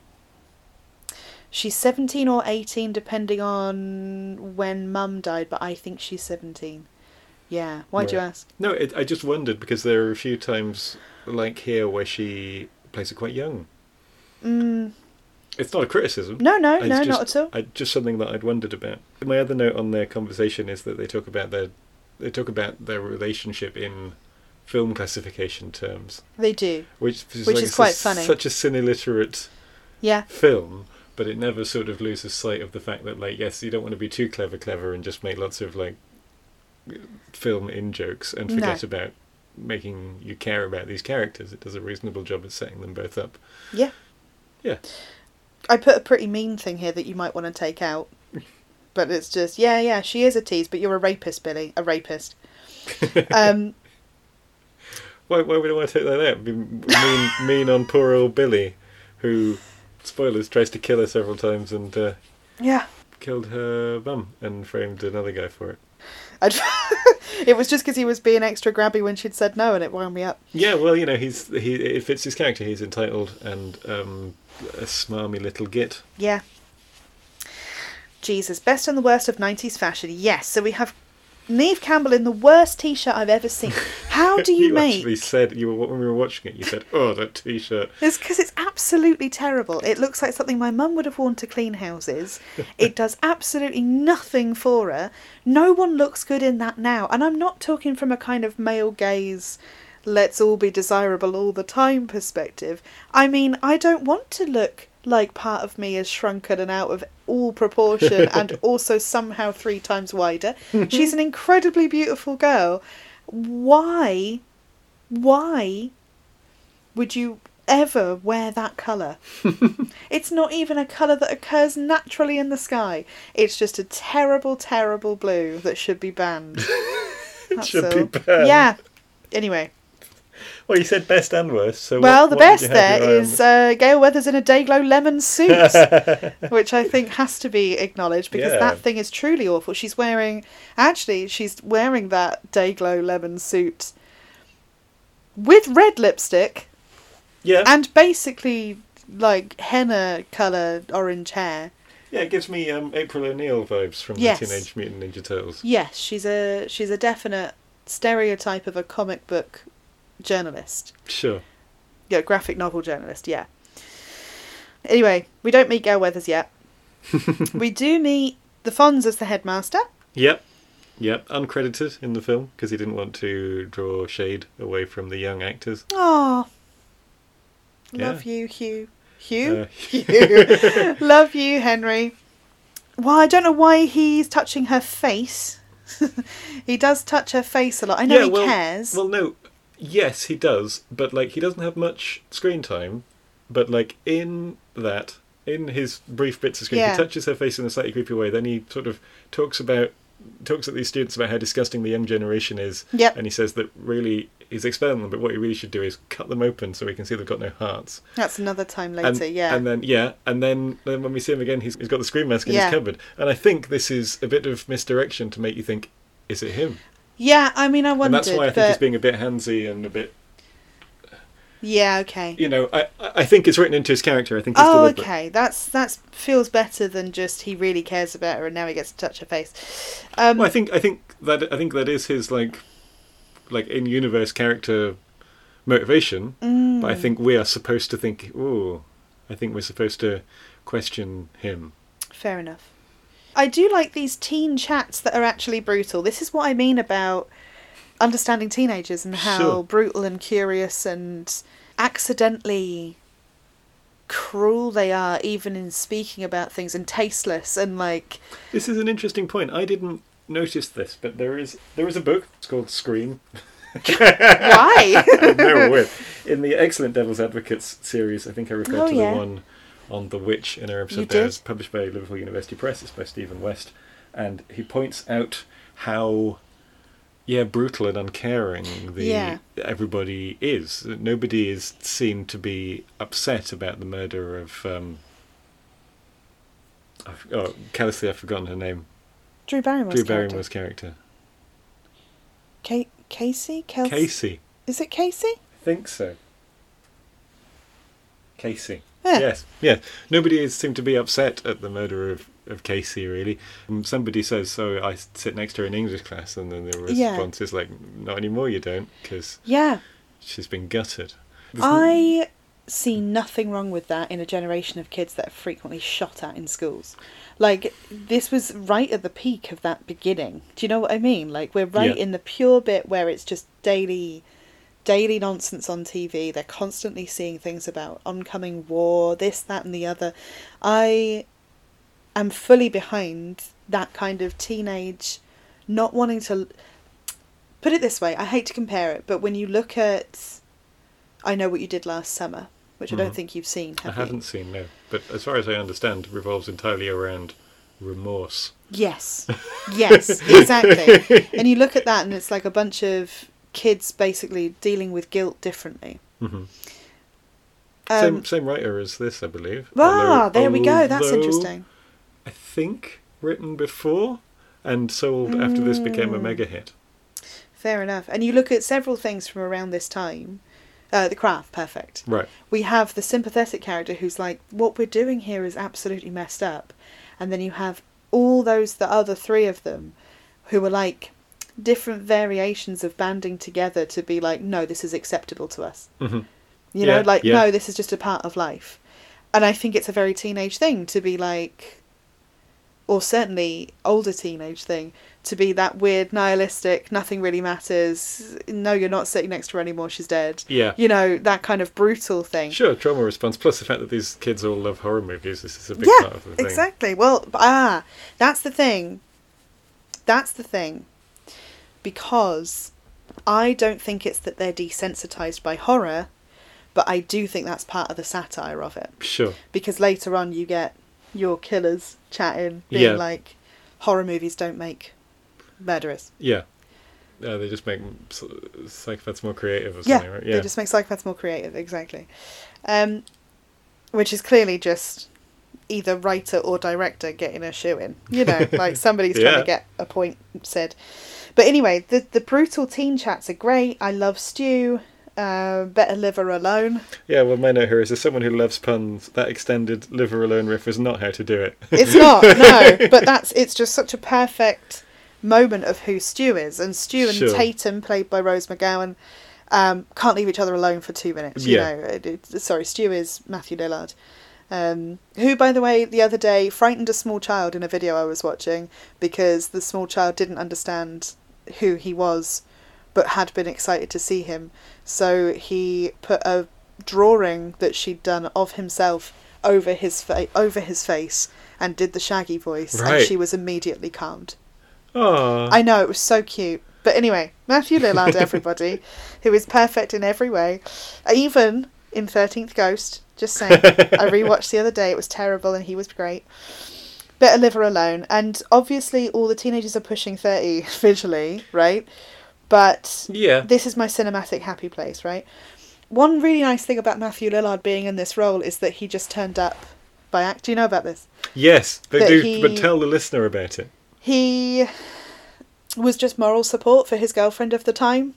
S1: She's 17 or 18, depending on when mum died, but I think she's 17. Yeah. Why'd you
S2: Right.
S1: ask?
S2: No, it, I just wondered because there are a few times like here where she plays it quite young.
S1: Mm,
S2: It's not a criticism.
S1: no, no,
S2: It's
S1: no,
S2: just-
S1: not at all.
S2: I, just something that I'd wondered about. My other note on their conversation is that they talk about their they talk about their relationship in film classification terms,
S1: They do.
S2: which is,
S1: Which
S2: like
S1: is
S2: it's
S1: quite
S2: a-
S1: funny.
S2: Such a sin illiterate
S1: Yeah.
S2: film, but it never sort of loses sight of the fact that like yes, you don't want to be too clever, clever, and just make lots of like film in jokes and
S1: No.
S2: forget about making you care about these characters. It does a reasonable job at setting them both up.
S1: Yeah.
S2: Yeah.
S1: I put a pretty mean thing here that you might want to take out. But it's just, yeah, yeah, she is a tease, but you're a rapist, Billy. A rapist. Um,
S2: Why, why would I want to take that out? Be mean, mean on poor old Billy, who, spoilers, tries to kill her several times and uh,
S1: yeah.
S2: killed her mum and framed another guy for it.
S1: I'd, it was just because he was being extra grabby when she'd said no and it wound me up.
S2: Yeah, well, you know, he's he it fits his character. He's entitled and um, a smarmy little git.
S1: Yeah. Jesus, best and the worst of 90s fashion. Yes, so we have Neve Campbell in the worst t shirt I've ever seen. How do you, make.
S2: actually said you were when we were watching it. You said, "Oh, that t-shirt."
S1: It's because it's absolutely terrible. It looks like something my mum would have worn to clean houses. It does absolutely nothing for her. No one looks good in that now. And I'm not talking from a kind of male gaze, let's all be desirable all the time perspective. I mean, I don't want to look like part of me is shrunken and out of all proportion and also somehow three times wider. She's an incredibly beautiful girl. Why? Why would you ever wear that colour? it's not even a colour that occurs naturally in the sky. It's just a terrible, terrible blue that should be banned. That's
S2: should be
S1: all.
S2: banned.
S1: Yeah. Anyway,
S2: Well, you said best and worst. So
S1: well,
S2: what-
S1: the
S2: what did you
S1: best
S2: have your um,
S1: there
S2: eye on?
S1: is uh, Gail Weathers in a Dayglow lemon suit, which I think has to be acknowledged because
S2: Yeah.
S1: that thing is truly awful. She's wearing, actually, she's wearing that Dayglow lemon suit with red lipstick
S2: yeah,
S1: and basically like henna color orange hair.
S2: yeah. It gives me um, April O'Neil vibes from
S1: Yes.
S2: the Teenage Mutant Ninja Turtles.
S1: Yes, she's a she's a definite stereotype of a comic book journalist.
S2: Sure.
S1: Yeah, graphic novel journalist, yeah. Anyway, we don't meet Gail Weathers yet. we do meet the Fonz as the headmaster.
S2: Yep. Yep. Uncredited in the film because he didn't want to draw shade away from the young actors.
S1: Oh.
S2: Yeah.
S1: Love you, Hugh. Hugh?
S2: Uh,
S1: Hugh. Love you, Henry. Well, I don't know why he's touching her face. he does touch her face a lot. I know he
S2: well,
S1: cares.
S2: Well, no, yes, he does, but like he doesn't have much screen time. But like in that, in his brief bits of screen,
S1: Yeah.
S2: he touches her face in a slightly creepy way. Then he sort of talks about talks at these students about how disgusting the young generation is.
S1: Yep.
S2: And he says that really he's expelling them, but what he really should do is cut them open so we can see they've got no hearts.
S1: That's another time later,
S2: And,
S1: yeah.
S2: and then yeah, and then, then when we see him again, he's, he's got the screen mask in
S1: Yeah.
S2: his cupboard. And I think this is a bit of misdirection to make you think, is it him?
S1: yeah, I mean, I wondered.
S2: and that's why I think
S1: but...
S2: he's being a bit handsy and a bit,
S1: Yeah, okay.
S2: you know, I, I I think it's written into his character. I think it's
S1: Oh,
S2: deliberate.
S1: okay. That's that's feels better than just he really cares about her and now he gets to touch her face. Um,
S2: Well, I think I think that I think that is his like, like in universe character motivation.
S1: Mm.
S2: But I think we are supposed to think, oh, I think we're supposed to question him.
S1: Fair enough. I do like these teen chats that are actually brutal. This is what I mean about understanding teenagers and how
S2: Sure.
S1: brutal and curious and accidentally cruel they are, even in speaking about things, and tasteless and like,
S2: This is an interesting point. I didn't notice this, but there is there is a book. It's called Scream.
S1: why?
S2: no, with in the excellent Devil's Advocates series, I think I referred
S1: Oh,
S2: to
S1: yeah.
S2: the one on the witch in our
S1: You
S2: episode. There,
S1: did.
S2: it's published by Liverpool University Press. It's by Stephen West, and he points out how yeah brutal and uncaring the
S1: Yeah.
S2: everybody is. Nobody is seen to be upset about the murder of. Um, I've- Oh, callously, I've forgotten her name.
S1: Drew Barrymore's
S2: Drew
S1: character.
S2: Barrymore's character,
S1: Ca- Casey? Kelsey?
S2: Casey.
S1: Is it Casey?
S2: think so. Casey.
S1: Yeah.
S2: Yes, yes. Nobody is, seemed to be upset at the murder of, of Casey, really. Um, somebody says, so I sit next to her in English class, and then the
S1: Yeah.
S2: response is like, not anymore, you don't, because
S1: Yeah.
S2: she's been gutted. There's n-
S1: I see nothing wrong with that in a generation of kids that are frequently shot at in schools. Like this was right at the peak of that beginning. Do you know what I mean? Like we're right
S2: Yeah.
S1: in the pure bit where it's just daily daily nonsense on TV. They're constantly seeing things about oncoming war, this, that, and the other. I am fully behind that kind of teenage not wanting to. Put it this way, I hate to compare it, but when you look at I Know What You Did Last Summer, which I don't
S2: Mhm.
S1: think you've seen,
S2: I
S1: have you?
S2: haven't seen no, but as far as I understand, revolves entirely around remorse.
S1: Yes. Yes, exactly. and you look at that and it's like a bunch of kids basically dealing with guilt differently.
S2: Mhm.
S1: Um,
S2: same same writer as this, I believe.
S1: ah,
S2: although-
S1: there we go. That's
S2: although
S1: interesting.
S2: I think written before and sold after this became a
S1: Mm.
S2: mega hit.
S1: Fair enough. And you look at several things from around this time. Uh, the craft, perfect.
S2: Right.
S1: We have the sympathetic character who's like, what we're doing here is absolutely messed up. And then you have all those, the other three of them, who are like different variations of banding together to be like, no, this is acceptable to us.
S2: hmm
S1: You
S2: Yeah,
S1: know, like,
S2: yeah.
S1: no, this is just a part of life. And I think it's a very teenage thing to be like, or certainly older teenage thing, to be that weird, nihilistic, nothing really matters, no, you're not sitting next to her anymore, she's dead.
S2: Yeah.
S1: You know, that kind of brutal thing.
S2: Sure, trauma response plus the fact that these kids all love horror movies. This is a big
S1: yeah,
S2: part of the thing.
S1: exactly. Well, b- ah, that's the thing. That's the thing. Because I don't think it's that they're desensitized by horror, but I do think that's part of the satire of it.
S2: Sure.
S1: because later on you get your killers chatting, being
S2: Yeah.
S1: like, horror movies don't make murderers.
S2: Yeah. Uh, they just make s- psychopaths more creative or
S1: Yeah,
S2: something, right?
S1: they just make psychopaths more creative, exactly. Um, which is clearly just either writer or director getting a shoe in, you know, like somebody's trying
S2: Yeah.
S1: to get a point said. But anyway, the the brutal teen chats are great. I love Stew. Uh, better live her alone.
S2: Yeah, well, my note here is as someone who loves puns, that extended liver alone riff is not how to do it.
S1: It's not, no, but that's it's just such a perfect moment of who Stu is, and Stu and
S2: Sure.
S1: Tatum, played by Rose McGowan, um, can't leave each other alone for two minutes. You
S2: Yeah.
S1: know, It- it- sorry, Stu is Matthew Lillard, um, who, by the way, the other day frightened a small child in a video I was watching because the small child didn't understand who he was, but had been excited to see him, so he put a drawing that she'd done of himself over his fa- over his face and did the shaggy voice and
S2: Right.
S1: she was immediately calmed.
S2: Aw.
S1: I know it was so cute. But anyway, Matthew Lillard everybody who is perfect in every way, even in 13th Ghost, just saying. I rewatched the other day, it was terrible and he was great. Better live her alone and obviously all the teenagers are pushing 30 visually, right? But
S2: Yeah.
S1: this is my cinematic happy place, right? One really nice thing about Matthew Lillard being in this role is that he just turned up by act. Do you know about this?
S2: Yes, they
S1: that
S2: do,
S1: he-
S2: but tell the listener about it.
S1: He was just moral support for his girlfriend of the time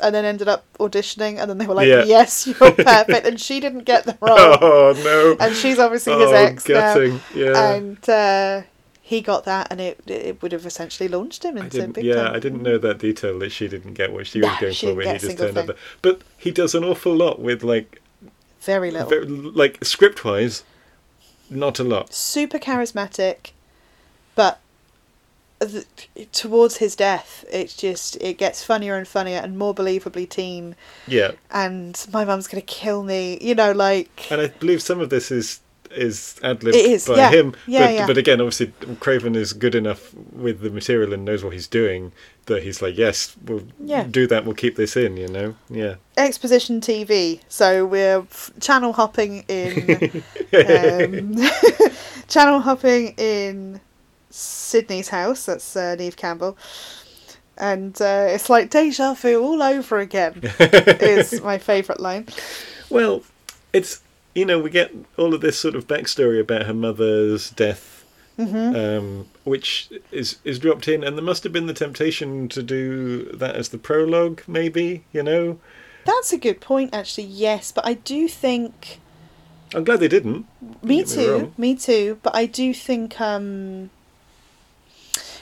S1: and then ended up auditioning and then they were like,
S2: Yeah.
S1: Yes, you're perfect and she didn't get the role.
S2: Oh, no.
S1: And she's obviously his
S2: oh,
S1: ex now.
S2: gutting. Yeah.
S1: And uh, he got that and it it would have essentially launched him
S2: I
S1: into
S2: didn't,
S1: big
S2: yeah,
S1: time.
S2: I didn't know that detail that she didn't get what she
S1: No,
S2: was going
S1: she
S2: for,
S1: didn't
S2: but
S1: get a
S2: he just
S1: single
S2: turned up.
S1: thing.
S2: There. But he does an awful lot with like,
S1: Very little.
S2: very, like script wise, not a lot.
S1: super charismatic, but th- towards his death, it's just it gets funnier and funnier and more believably teen.
S2: Yeah,
S1: And my mum's gonna kill me, you know, like
S2: and I believe some of this is is ad libbed
S1: It is,
S2: by
S1: yeah.
S2: him.
S1: Yeah,
S2: but,
S1: yeah.
S2: but again, obviously, Craven is good enough with the material and knows what he's doing that he's like, yes, we'll
S1: Yeah.
S2: do that. We'll keep this in. You know, yeah.
S1: exposition TV. So we're f- channel hopping in, um, channel hopping in Sydney's house. That's uh, Neve Campbell. And uh, it's like deja vu all over again. is my favourite line.
S2: Well, it's you know we get all of this sort of backstory about her mother's death,
S1: Mm-hmm.
S2: um, which is is dropped in, and there must have been the temptation to do that as the prologue, maybe. You know,
S1: That's a good point, actually. Yes, but I do think
S2: I'm glad they didn't.
S1: me
S2: Don't get me
S1: too,
S2: wrong.
S1: me too. But I do think um,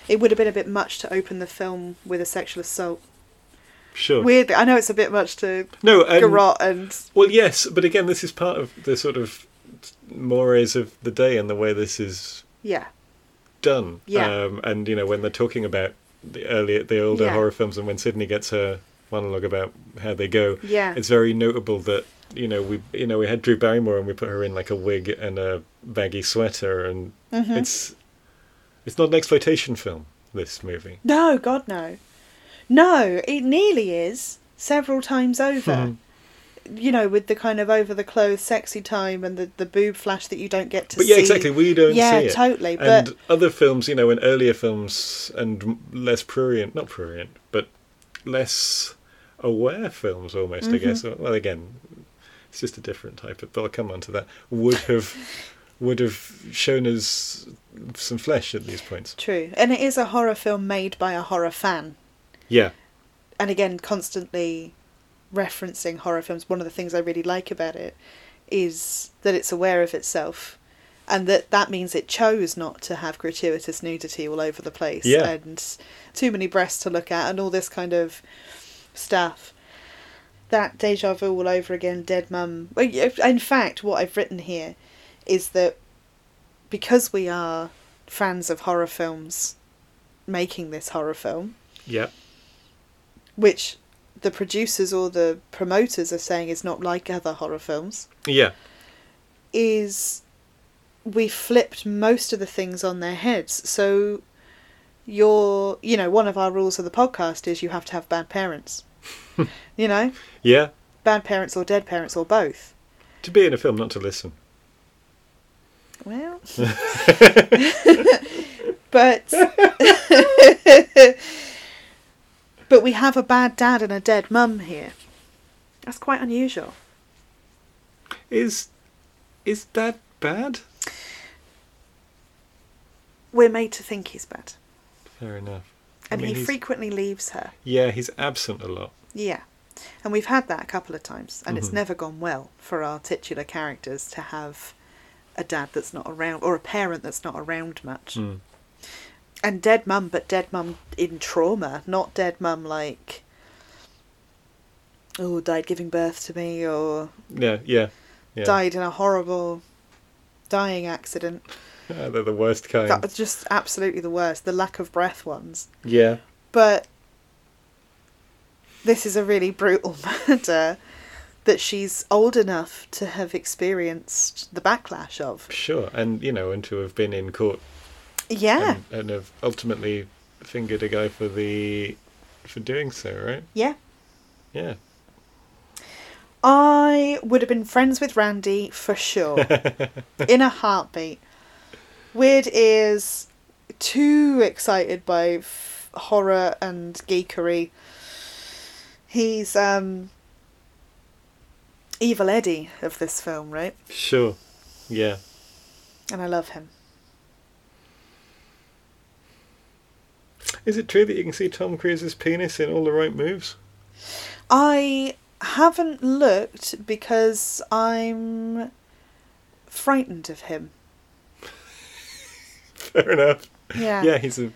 S1: it would have been a bit much to open the film with a sexual assault.
S2: Sure.
S1: Weirdly, I know it's a bit much to
S2: no, um,
S1: garrot and
S2: Well, yes, but again, this is part of the sort of mores of the day and the way this is
S1: yeah,
S2: done.
S1: Yeah.
S2: Um, and you know when they're talking about the earlier, the older
S1: Yeah.
S2: horror films, and when Sydney gets her monologue about how they go.
S1: Yeah.
S2: It's very notable that you know we you know we had Drew Barrymore and we put her in like a wig and a baggy sweater and
S1: Mm-hmm.
S2: it's it's not an exploitation film. This movie.
S1: No, God, no. No, it nearly is several times
S2: Hmm.
S1: over.
S2: Mm-hmm.
S1: you know, with the kind of over the clothes sexy time and the, the boob flash that you don't get to
S2: But
S1: see.
S2: yeah, exactly. We don't
S1: Yeah,
S2: see it.
S1: totally,
S2: And
S1: but-
S2: other films, you know, and earlier films and m- less prurient, not prurient, but less aware films almost, I guess.
S1: Mm-hmm.
S2: Well, again, it's just a different type of, but I'll come on to that, would have. Would have shown us some flesh at these points.
S1: True. And it is a horror film made by a horror fan.
S2: Yeah,
S1: And again, constantly referencing horror films. One of the things I really like about it is that it's aware of itself. And that, that means it chose not to have gratuitous nudity all over the place
S2: Yeah.
S1: and too many breasts to look at and all this kind of stuff. That deja vu all over again, dead mum. Well, y- In fact, what I've written here is that because we are fans of horror films making this horror film,
S2: yeah,
S1: which the producers or the promoters are saying is not like other horror films,
S2: yeah,
S1: is we flipped most of the things on their heads. So your you know, one of our rules of the podcast is you have to have bad parents. you know?
S2: yeah.
S1: Bad parents or dead parents or both.
S2: To be in a film, not to listen.
S1: Well But But we have a bad dad and a dead mum here. That's quite unusual.
S2: Is is that bad?
S1: We're made to think he's bad.
S2: Fair enough. I
S1: And
S2: mean,
S1: he
S2: he's-
S1: frequently leaves her.
S2: Yeah, he's absent a lot.
S1: Yeah. And we've had that a couple of times, and it's
S2: Mhm.
S1: never gone well for our titular characters to have a dad that's not around or a parent that's not around much.
S2: Mm.
S1: And dead mum, but dead mum in trauma, not dead mum like, oh, died giving birth to me or
S2: Yeah, yeah, yeah.
S1: died in a horrible dying accident.
S2: Ah, they're the worst kind.
S1: That was just absolutely the worst, the lack of breath ones.
S2: Yeah,
S1: but this is a really brutal murder that she's old enough to have experienced the backlash of.
S2: sure. And you know, and to have been in court
S1: Yeah,
S2: and, and have ultimately fingered a guy for the for doing so, right?
S1: yeah.
S2: Yeah.
S1: I would have been friends with Randy for sure, in a heartbeat. Weird is too excited by f- horror and geekery. He's um, Evil Eddie of this film, right?
S2: Sure. Yeah.
S1: And I love him.
S2: Is it true that you can see Tom Cruise's penis in all the right moves?
S1: I haven't looked because I'm frightened of him.
S2: Fair enough.
S1: Yeah.
S2: Yeah, he's a.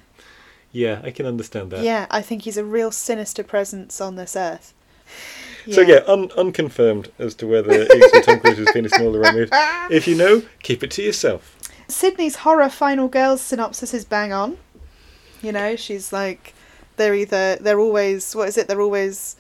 S2: Yeah, I can understand that.
S1: Yeah, I think he's a real sinister presence on this earth.
S2: So yeah, un- unconfirmed as to whether you can see Tom Cruise's penis in all the right moves. If you know, keep it to yourself.
S1: Sydney's horror final girls synopsis is bang on. You know, she's like they're either they're always what is it? They're always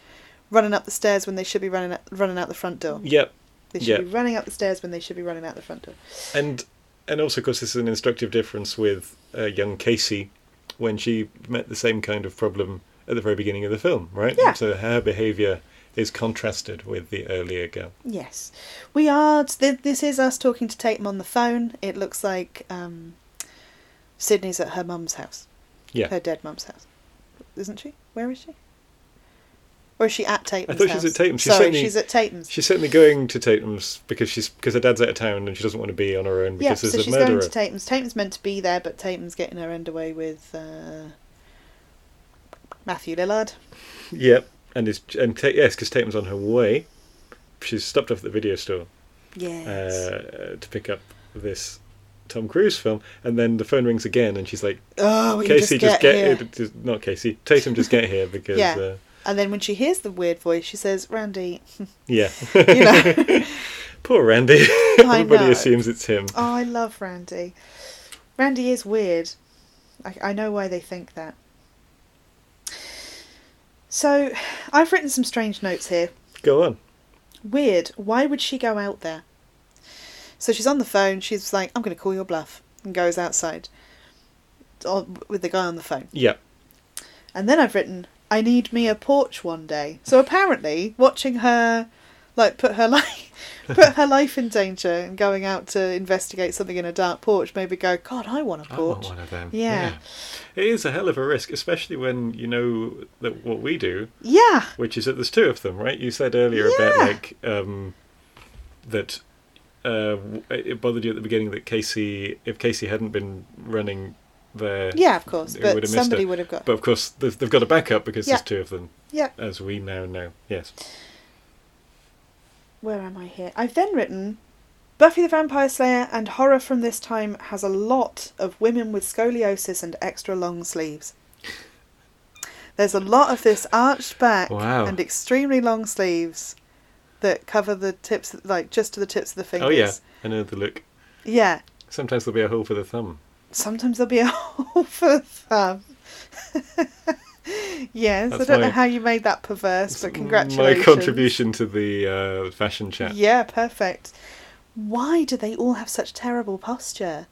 S1: running up the stairs when they should be running up, running out the front door.
S2: Yep.
S1: They should
S2: Yeah.
S1: be running up the stairs when they should be running out the front door.
S2: And and also, of course, this is an instructive difference with uh, young Casey when she met the same kind of problem at the very beginning of the film, right?
S1: Yeah.
S2: So her behaviour is contrasted with the earlier girl.
S1: Yes, we are. th- This is us talking to Tatum on the phone. It looks like um, Sydney's at her mum's house,
S2: Yeah.
S1: her dead mum's house, isn't she? Where is she? Or is she at Tatum's?
S2: thought she
S1: house?
S2: was at Tatum's. She's
S1: Sorry,
S2: certainly-
S1: she's at Tatum's.
S2: She's certainly going to Tatum's because she's because her dad's out of town and she doesn't want to be on her own
S1: yeah,
S2: because
S1: so
S2: there's
S1: she's
S2: a murderer.
S1: going to Tatum's. Tatum's meant to be there, but Tatum's getting her underway with uh, Matthew Lillard.
S2: Yep. And is and ta- yes, because Tatum's on her way. She's stopped off at the video store
S1: Yes.
S2: uh, to pick up this Tom Cruise film, and then the phone rings again, and she's like,
S1: oh, we
S2: Casey,
S1: just get, here.
S2: it- just- not Casey. Tatum, just get here because
S1: Yeah.
S2: yeah, uh,
S1: And then when she hears the weird voice, she says, "Randy,
S2: yeah.
S1: you know."
S2: poor Randy.
S1: I
S2: Everybody
S1: know.
S2: assumes it's him.
S1: Oh, I love Randy. Randy is weird. I, I know why they think that. So, I've written some strange notes here.
S2: Go on.
S1: Weird. Why would she go out there? So she's on the phone. She's like, "I'm going to call your bluff," and goes outside or- with the guy on the phone.
S2: Yeah.
S1: And then I've written, "I need me a porch one day." So apparently, watching her, like, put her life, put her life in danger and going out to investigate something in a dark porch, made me go, "God, I want a
S2: I want
S1: porch."
S2: one of them.
S1: Yeah.
S2: It is a hell of a risk, especially when you know that what we do,
S1: Yeah,
S2: which is that there's two of them, right? You said earlier about
S1: Yeah.
S2: like um, that uh, w- it bothered you at the beginning that Casey, if Casey hadn't been running there,
S1: yeah, of course.
S2: They would have
S1: But
S2: missed
S1: somebody
S2: her.
S1: would have got.
S2: But of course, they've, they've got a backup because
S1: Yeah.
S2: there's two of them,
S1: yeah.
S2: as we now know. Yes.
S1: Where am I here? I've then written Buffy the Vampire Slayer and horror from this time has a lot of women with scoliosis and extra long sleeves. There's a lot of this arched back
S2: Wow.
S1: and extremely long sleeves that cover the tips, like just to the tips of the fingers.
S2: Oh yeah, I know the look.
S1: Yeah.
S2: Sometimes there'll be a hole for the thumb.
S1: Sometimes there'll be a hole for the thumb. yes, I
S2: That's
S1: don't know
S2: my-
S1: how you made that perverse, but
S2: My
S1: congratulations.
S2: contribution to the uh, fashion chat.
S1: Yeah, perfect. Why do they all have such terrible posture?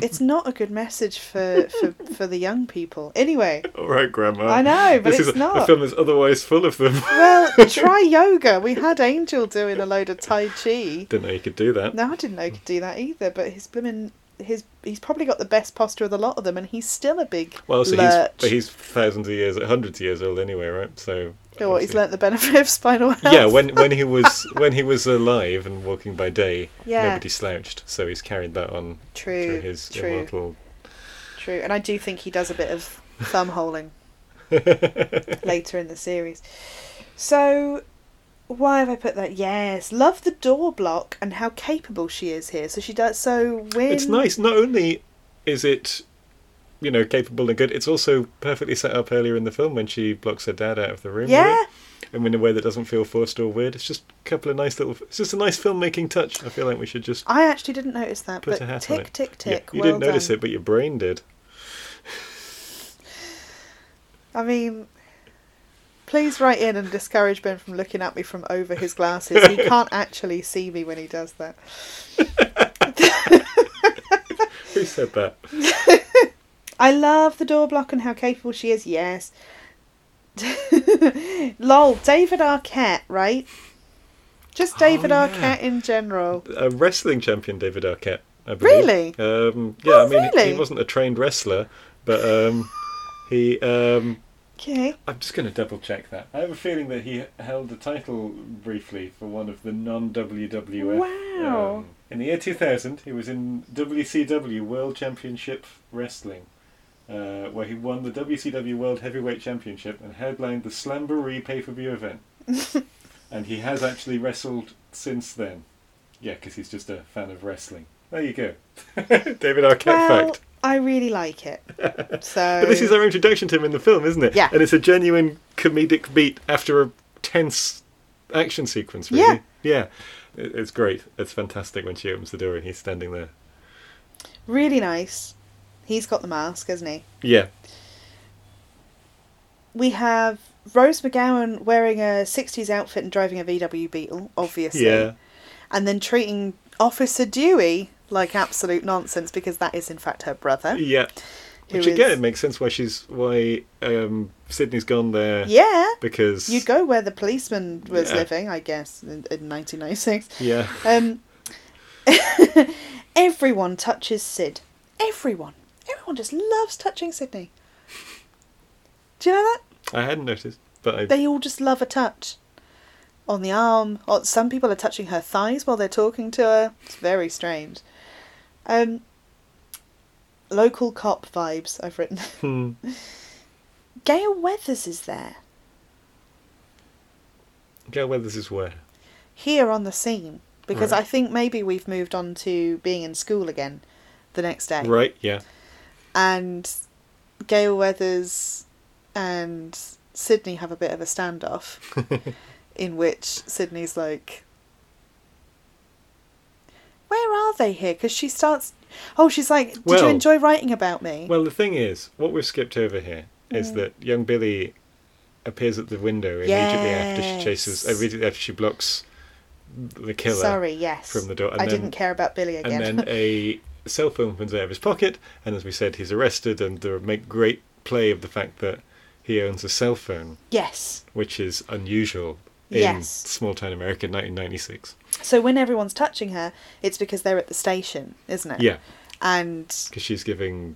S1: it's not a good message for, for, for the young people. Anyway,
S2: All right, Grandma.
S1: I know, but
S2: this
S1: it's
S2: is a,
S1: not.
S2: A film is otherwise full of them.
S1: well, try yoga. We had Angel doing a load of Tai Chi.
S2: Didn't know you could do that.
S1: No, I didn't know he could do that either, but his blimmin' his he's probably got the best posture of the lot of them and he's still a big
S2: Well, so he's,
S1: lurch.
S2: but he's thousands of years, hundreds of years old anyway, right? So.
S1: You know what, Oh, he's
S2: obviously-
S1: learnt the benefit of spinal health.
S2: Yeah, when when he was when he was alive and walking by day,
S1: Yeah.
S2: nobody slouched. So he's carried that on
S1: True.
S2: through his
S1: True.
S2: immortal.
S1: True, and I do think he does a bit of thumb holing later in the series. So, why have I put that? Yes, love the door block and how capable she is here. So she does. So when
S2: It's nice. Not only is it, you know, capable and good, it's also perfectly set up earlier in the film when she blocks her dad out of the room. with it.
S1: Yeah,
S2: and in a way that doesn't feel forced or weird. It's just a couple of nice little. It's just a nice filmmaking touch. I feel like we should just.
S1: I actually didn't notice that.
S2: Put a
S1: but
S2: hat on
S1: tick,
S2: it.
S1: tick,
S2: Yeah,
S1: tick.
S2: you
S1: well
S2: didn't notice
S1: done.
S2: it, but your brain did.
S1: I mean, please write in and discourage Ben from looking at me from over his glasses. he can't actually see me when he does that.
S2: Who said that?
S1: I love the door block and how capable she is. Yes. Lol, David Arquette, right? Just
S2: Oh,
S1: David
S2: yeah.
S1: Arquette in general.
S2: A wrestling champion, David Arquette. I believe.
S1: Really?
S2: Um, yeah,
S1: Oh,
S2: I mean, he-
S1: really?
S2: he wasn't a trained wrestler, but um, he. Um,
S1: Okay.
S2: I'm just going to double check that. I have a feeling that he held the title briefly for one of the non WWF.
S1: Wow.
S2: um, in the year 2000, he was in WCW World Championship Wrestling, uh, where he won the WCW World Heavyweight Championship and headlined the Slamboree pay per view event. and he has actually wrestled since then. Yeah, because he's just a fan of wrestling. There you go. David Arquette
S1: Well,
S2: fact.
S1: I really like it. So
S2: But this is our introduction to him in the film, isn't it?
S1: Yeah.
S2: And it's a genuine comedic beat after a tense action sequence, really. Yeah. yeah. It- It's great. It's fantastic when she opens the door and he's standing there.
S1: really nice. He's got the mask, hasn't he?
S2: Yeah.
S1: We have Rose McGowan wearing a 60s outfit and driving a VW Beetle, obviously.
S2: Yeah.
S1: And then treating Officer Dewey like absolute nonsense because that is, in fact, her brother.
S2: Yeah.
S1: who
S2: Which
S1: is-
S2: again makes sense why she's why um, Sydney's gone there
S1: Yeah.
S2: because
S1: You'd go where the policeman was
S2: Yeah.
S1: living, I guess, in, in 1996.
S2: yeah
S1: Um, everyone touches Sid. Everyone. Everyone just loves touching Sydney. Do you know that?
S2: I hadn't noticed but I
S1: They all just love a touch. On the arm, or some people are touching her thighs while they're talking to her. It's very strange. Um, local cop vibes, I've written.
S2: Hmm.
S1: Gail Weathers is there,
S2: Gail Weathers is where
S1: here on the scene, because
S2: Right.
S1: I think maybe we've moved on to being in school again the next day.
S2: right yeah
S1: and Gail Weathers and Sydney have a bit of a standoff in which Sydney's like, Where are they here? Because she starts, Oh, she's like, Did you
S2: Well-
S1: enjoy writing about me? Mm.
S2: Well, the thing is, what we've skipped over here is that young Billy appears at the window immediately after she chases,
S1: Yes.
S2: immediately after she blocks the killer.
S1: Sorry, yes.
S2: from the door, and
S1: I
S2: then-
S1: didn't care about Billy again.
S2: And then a cell phone comes out of his pocket, and as we said, he's arrested, and they make great play of the fact that he owns a cell phone,
S1: yes.
S2: which is unusual in
S1: Yes.
S2: small town America 1996.
S1: So when everyone's touching her, it's because they're at the station, isn't it?
S2: Yeah,
S1: And
S2: because she's giving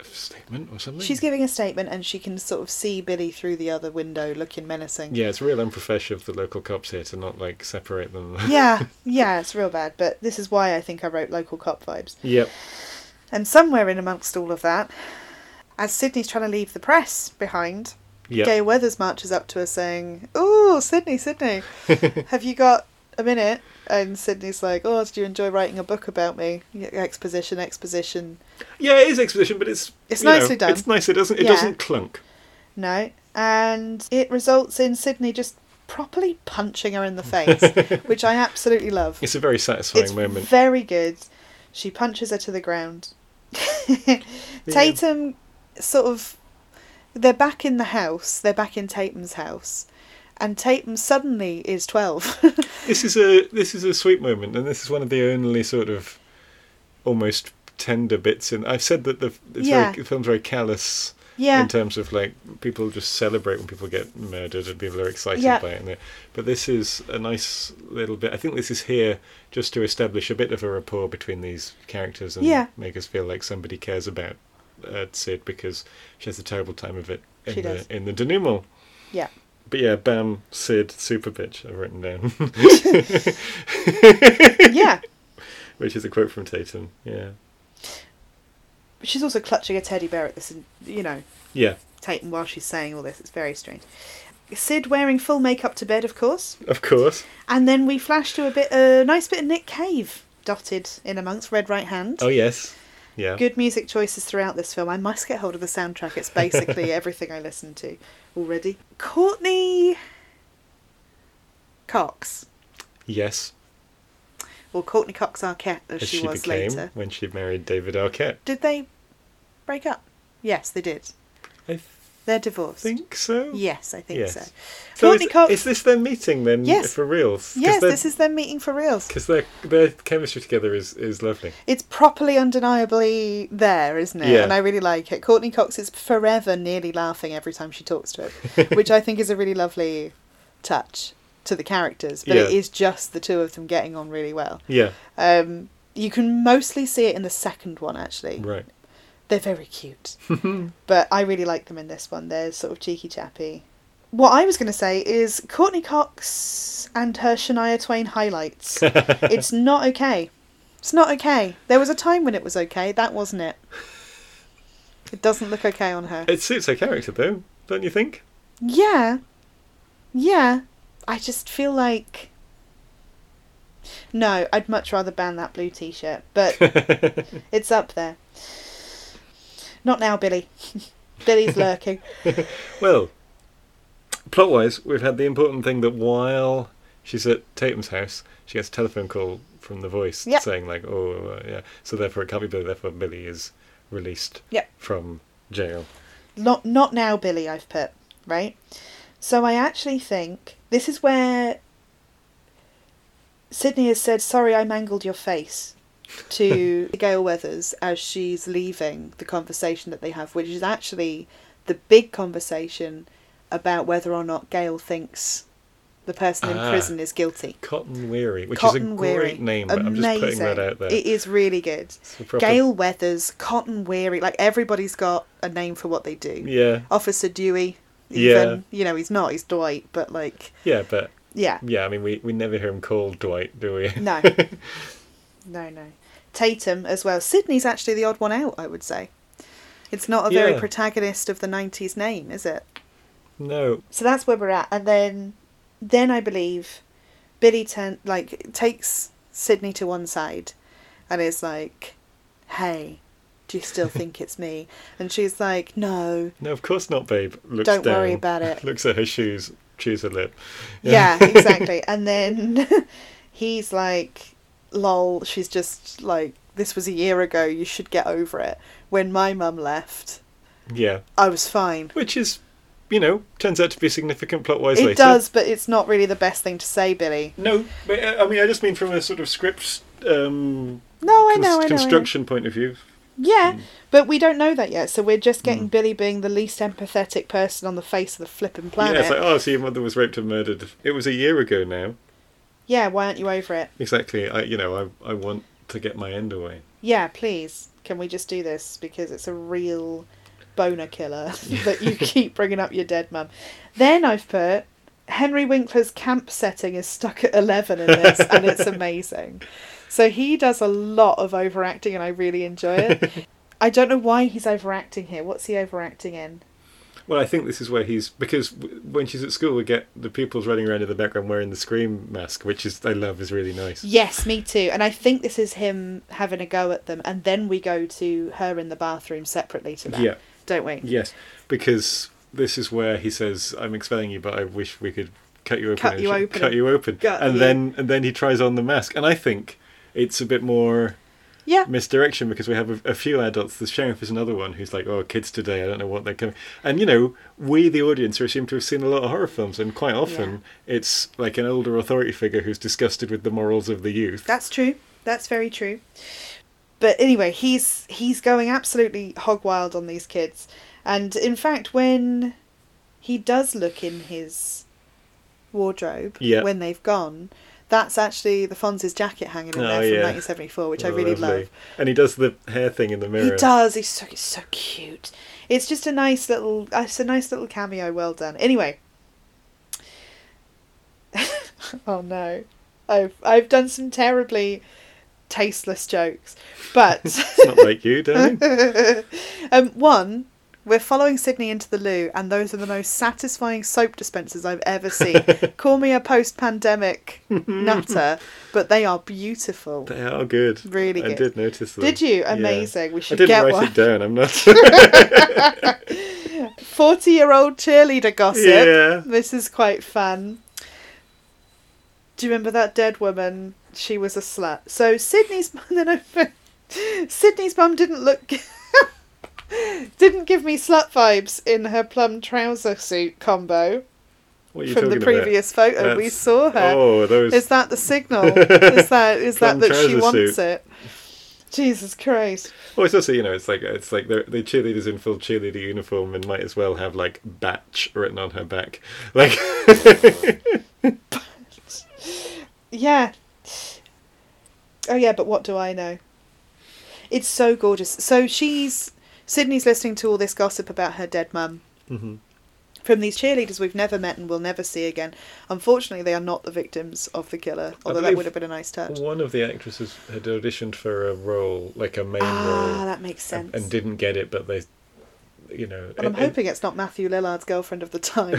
S2: a statement or something.
S1: she's giving a statement and she can sort of see Billy through the other window looking menacing.
S2: yeah, it's real unprofessional of the local cops here to not like separate them.
S1: yeah, yeah, it's real bad, but this is why I think I wrote local cop vibes.
S2: yep.
S1: And somewhere in amongst all of that, as Sydney's trying to leave the press behind,
S2: Yep.
S1: Gay Weathers marches up to her saying, "Oh, Sydney, Sydney, have you got a minute?" And Sydney's like, "Oh, did you enjoy writing a book about me? Exposition, exposition."
S2: Yeah, it is exposition, but it's
S1: It's
S2: you know,
S1: nicely done.
S2: It's nice. It doesn't. It
S1: Yeah.
S2: doesn't clunk.
S1: No, and it results in Sydney just properly punching her in the face, which I absolutely love.
S2: It's a very satisfying moment.
S1: very good. She punches her to the ground. Tatum sort of they're back in the house. They're back in Tatum's house. And Tatum suddenly is 12.
S2: this is a this is a sweet moment, and this is one of the only sort of almost tender bits. In I've said that the it's
S1: Yeah.
S2: very, the film's very callous
S1: yeah.
S2: in terms of like people just celebrate when people get murdered and people are excited
S1: Yeah.
S2: by it. And they- but this is a nice little bit. I think this is here just to establish a bit of a rapport between these characters and
S1: Yeah.
S2: make us feel like somebody cares about uh, Sid because she has a terrible time of it in
S1: She
S2: the
S1: does.
S2: in the denouement.
S1: Yeah.
S2: But yeah, bam, Sid, super bitch. I've written down.
S1: yeah.
S2: which is a quote from Tatum. Yeah,
S1: She's also clutching a teddy bear at this, you know,
S2: yeah,
S1: Tatum while she's saying all this. It's very strange. Sid wearing full makeup to bed, of course.
S2: of course.
S1: And then we flash to a bit, a nice bit of Nick Cave dotted in amongst Red Right Hand.
S2: Oh yes, yeah.
S1: Good music choices throughout this film. I must get hold of the soundtrack. It's basically everything I listen to already. Courtney Cox,
S2: Yes,
S1: or Courtney Cox Arquette, as,
S2: as
S1: she,
S2: she,
S1: was
S2: became
S1: later.
S2: when she married David Arquette.
S1: Did they break up? Yes, they did.
S2: I
S1: They're divorced.
S2: think so.
S1: Yes, I think
S2: Yes.
S1: so.
S2: So
S1: Courtney
S2: is,
S1: Cox.
S2: is this their meeting then?
S1: Yes.
S2: for reals.
S1: yes, this is them meeting for reals.
S2: because their their chemistry together is is lovely.
S1: It's properly, undeniably there, isn't it?
S2: Yeah.
S1: And I really like it. Courtney Cox is forever nearly laughing every time she talks to it, which I think is a really lovely touch to the characters. But it
S2: Yeah.
S1: is just the two of them getting on really well.
S2: Yeah,
S1: Um, you can mostly see it in the second one, actually.
S2: right.
S1: They're very cute. but I really like them in this one. They're sort of cheeky chappy. What I was going to say is Courtney Cox and her Shania Twain highlights. it's not okay. It's not okay. There was a time when it was okay. That wasn't it. It doesn't look okay on her.
S2: It suits her character though, don't you think?
S1: Yeah. Yeah. I just feel like. No, I'd much rather ban that blue t shirt, but it's up there. Not now, Billy. Billy's lurking.
S2: Well, plot wise, we've had the important thing that while she's at Tatum's house, she gets a telephone call from the voice
S1: Yep.
S2: saying, like, oh, uh, yeah. So therefore, it can't be Billy, therefore, Billy is released
S1: Yep.
S2: from jail.
S1: Not not now, Billy. I've put right. So I actually think this is where Sydney has said, "Sorry, I mangled your face," to Gail Weathers as she's leaving the conversation that they have, which is actually the big conversation about whether or not Gail thinks the person in
S2: Ah.
S1: prison is guilty.
S2: Cotton Weary, which is a
S1: Cotton
S2: great
S1: Weary.
S2: name, but I'm just putting that out there.
S1: It is really good.
S2: It's a proper-
S1: Gail Weathers, Cotton Weary, like everybody's got a name for what they do.
S2: Yeah,
S1: Officer Dewey.
S2: Yeah.
S1: Even, you know, he's not, he's Dwight, but like,
S2: yeah, but
S1: yeah,
S2: yeah, I mean, we, we never hear him called Dwight, do we?
S1: no. no, no. Tatum as well. Sydney's actually the odd one out, I would say. It's not a very
S2: Yeah.
S1: protagonist of the 90s name, is it?
S2: no.
S1: So that's where we're at. And then, then I believe Billy turn, like takes Sydney to one side and is like, hey, do you still think it's me? And she's like, no,
S2: No, of course not, babe. Looks
S1: Don't worry
S2: down,
S1: about it.
S2: Looks at her shoes, chews her lip.
S1: Yeah, exactly. And then he's like, lol, she's just like, this was a year ago, you should get over it. When my mum left,
S2: Yeah.
S1: I was fine.
S2: Which is you know, turns out to be significant plot wise
S1: it
S2: later.
S1: does, but it's not really the best thing to say, Billy.
S2: No, but, uh, I mean, I just mean from a sort of script um,
S1: No, Oh, I
S2: cons-
S1: know, I know. I know.
S2: construction Hmm. point of view.
S1: Yeah, but we don't know that yet, so we're just getting Billy being the least empathetic person on the face of the flippin' planet.
S2: Hmm. Yeah, it's like, oh, so your mother was raped and murdered. It was a year ago now.
S1: Yeah, why aren't you over it?
S2: Exactly. I, you know, I, I want to get my end away.
S1: Yeah, please, can we just do this? Because it's a real boner killer that you keep bringing up your dead mum. Then I've put Henry Winkler's camp setting is stuck at 11 in this, and it's amazing. So he does a lot of overacting, and I really enjoy it. I don't know why he's overacting here. What's he overacting in?
S2: Well, I think this is where he's because w- when she's at school, we get the pupils running around in the background wearing the scream mask, which is I love is really nice.
S1: Yes, me too. And I think this is him having a go at them, and then we go to her in the bathroom separately to that,
S2: Yeah.
S1: don't we?
S2: Yes, because this is where he says, "I'm expelling you, but I wish we could cut you open,
S1: Cut
S2: and
S1: you
S2: sh-
S1: open
S2: cut
S1: and
S2: you open."
S1: gut
S2: and
S1: you.
S2: then and then he tries on the mask, and I think it's a bit more
S1: Yeah,
S2: misdirection because we have a, a few adults. The sheriff is another one who's like, "Oh, kids today, I don't know what they're coming." And you know, we the audience are assumed to have seen a lot of horror films, and quite often it's like an older authority figure who's disgusted with the morals of the youth.
S1: that's true. That's very true. But anyway, he's he's going absolutely hog wild on these kids, and in fact, when he does look in his wardrobe
S2: Yeah.
S1: when they've gone, that's actually the Fonz's jacket hanging in
S2: Oh,
S1: there from
S2: yeah.
S1: 1974, which I
S2: Oh,
S1: really
S2: lovely.
S1: love.
S2: And he does the hair thing in the mirror.
S1: He does. He's so he's so cute. It's just a nice little. It's a nice little cameo. Well done. Anyway. oh no, I've I've done some terribly tasteless jokes, but
S2: It's not like you, darling.
S1: um, one. We're following Sydney into the loo, and those are the most satisfying soap dispensers I've ever seen. Call me a post pandemic nutter, but they are beautiful.
S2: They are good.
S1: Really
S2: I
S1: good.
S2: did notice them.
S1: Did you?
S2: Yeah.
S1: Amazing. We
S2: I
S1: should
S2: didn't
S1: get
S2: write
S1: one.
S2: it down. I'm not.
S1: 40 year old cheerleader gossip.
S2: Yeah.
S1: This is quite fun. Do you remember that dead woman? She was a slut. So Sydney's mum then I put- Sydney's mum didn't look didn't give me slut vibes in her plum trouser suit combo
S2: what are you
S1: from the
S2: talking
S1: previous
S2: about?
S1: photo. We
S2: That's-
S1: saw her.
S2: Oh, those.
S1: Is that the signal? is that is that
S2: Plum
S1: that she
S2: trouser
S1: wants
S2: suit.
S1: it? Jesus Christ.
S2: Well, it's also you know, it's like it's like the the cheerleaders in full cheerleader uniform and might as well have like batch written on her back. Like,
S1: Yeah. Oh yeah, but what do I know? It's so gorgeous. So she's Sydney's listening to all this gossip about her dead mum
S2: Mhm.
S1: from these cheerleaders we've never met and will never see again. Unfortunately, they are not the victims of the killer, although that
S2: believe-
S1: would have been a nice touch.
S2: one of the actresses had auditioned for a role, like a main
S1: Ah,
S2: role,
S1: that makes sense.
S2: and, and didn't get it, but they, you know,
S1: Well, I'm
S2: it- Oh, it-
S1: hoping it's not Matthew Lillard's girlfriend of the time.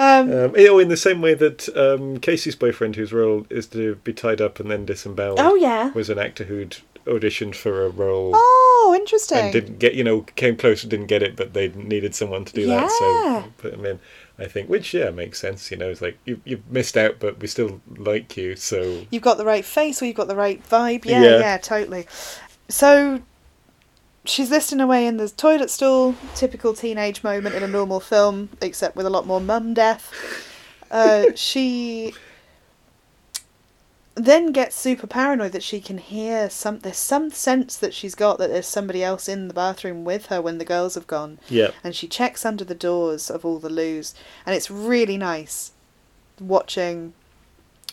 S2: Um, you know, in the same way that um, Casey's boyfriend, whose role is to be tied up and then disemboweled,
S1: oh yeah.
S2: was an actor who'd auditioned for a role
S1: Oh, interesting.
S2: and didn't get, you know, came close and didn't get it, but they needed someone to do that,
S1: Yeah.
S2: so put him in. I think, which yeah makes sense. You know, it's like you you missed out, but we still like you, so
S1: you've got the right face or you've got the right vibe. Yeah, yeah,
S2: Mm. Yeah.
S1: totally. So she's listing away in the toilet stall, typical teenage moment in a normal film, except with a lot more mum death. Uh, she then gets super paranoid that she can hear some. There's some sense that she's got that there's somebody else in the bathroom with her when the girls have gone
S2: yeah.
S1: and she checks under the doors of all the loos and it's really nice watching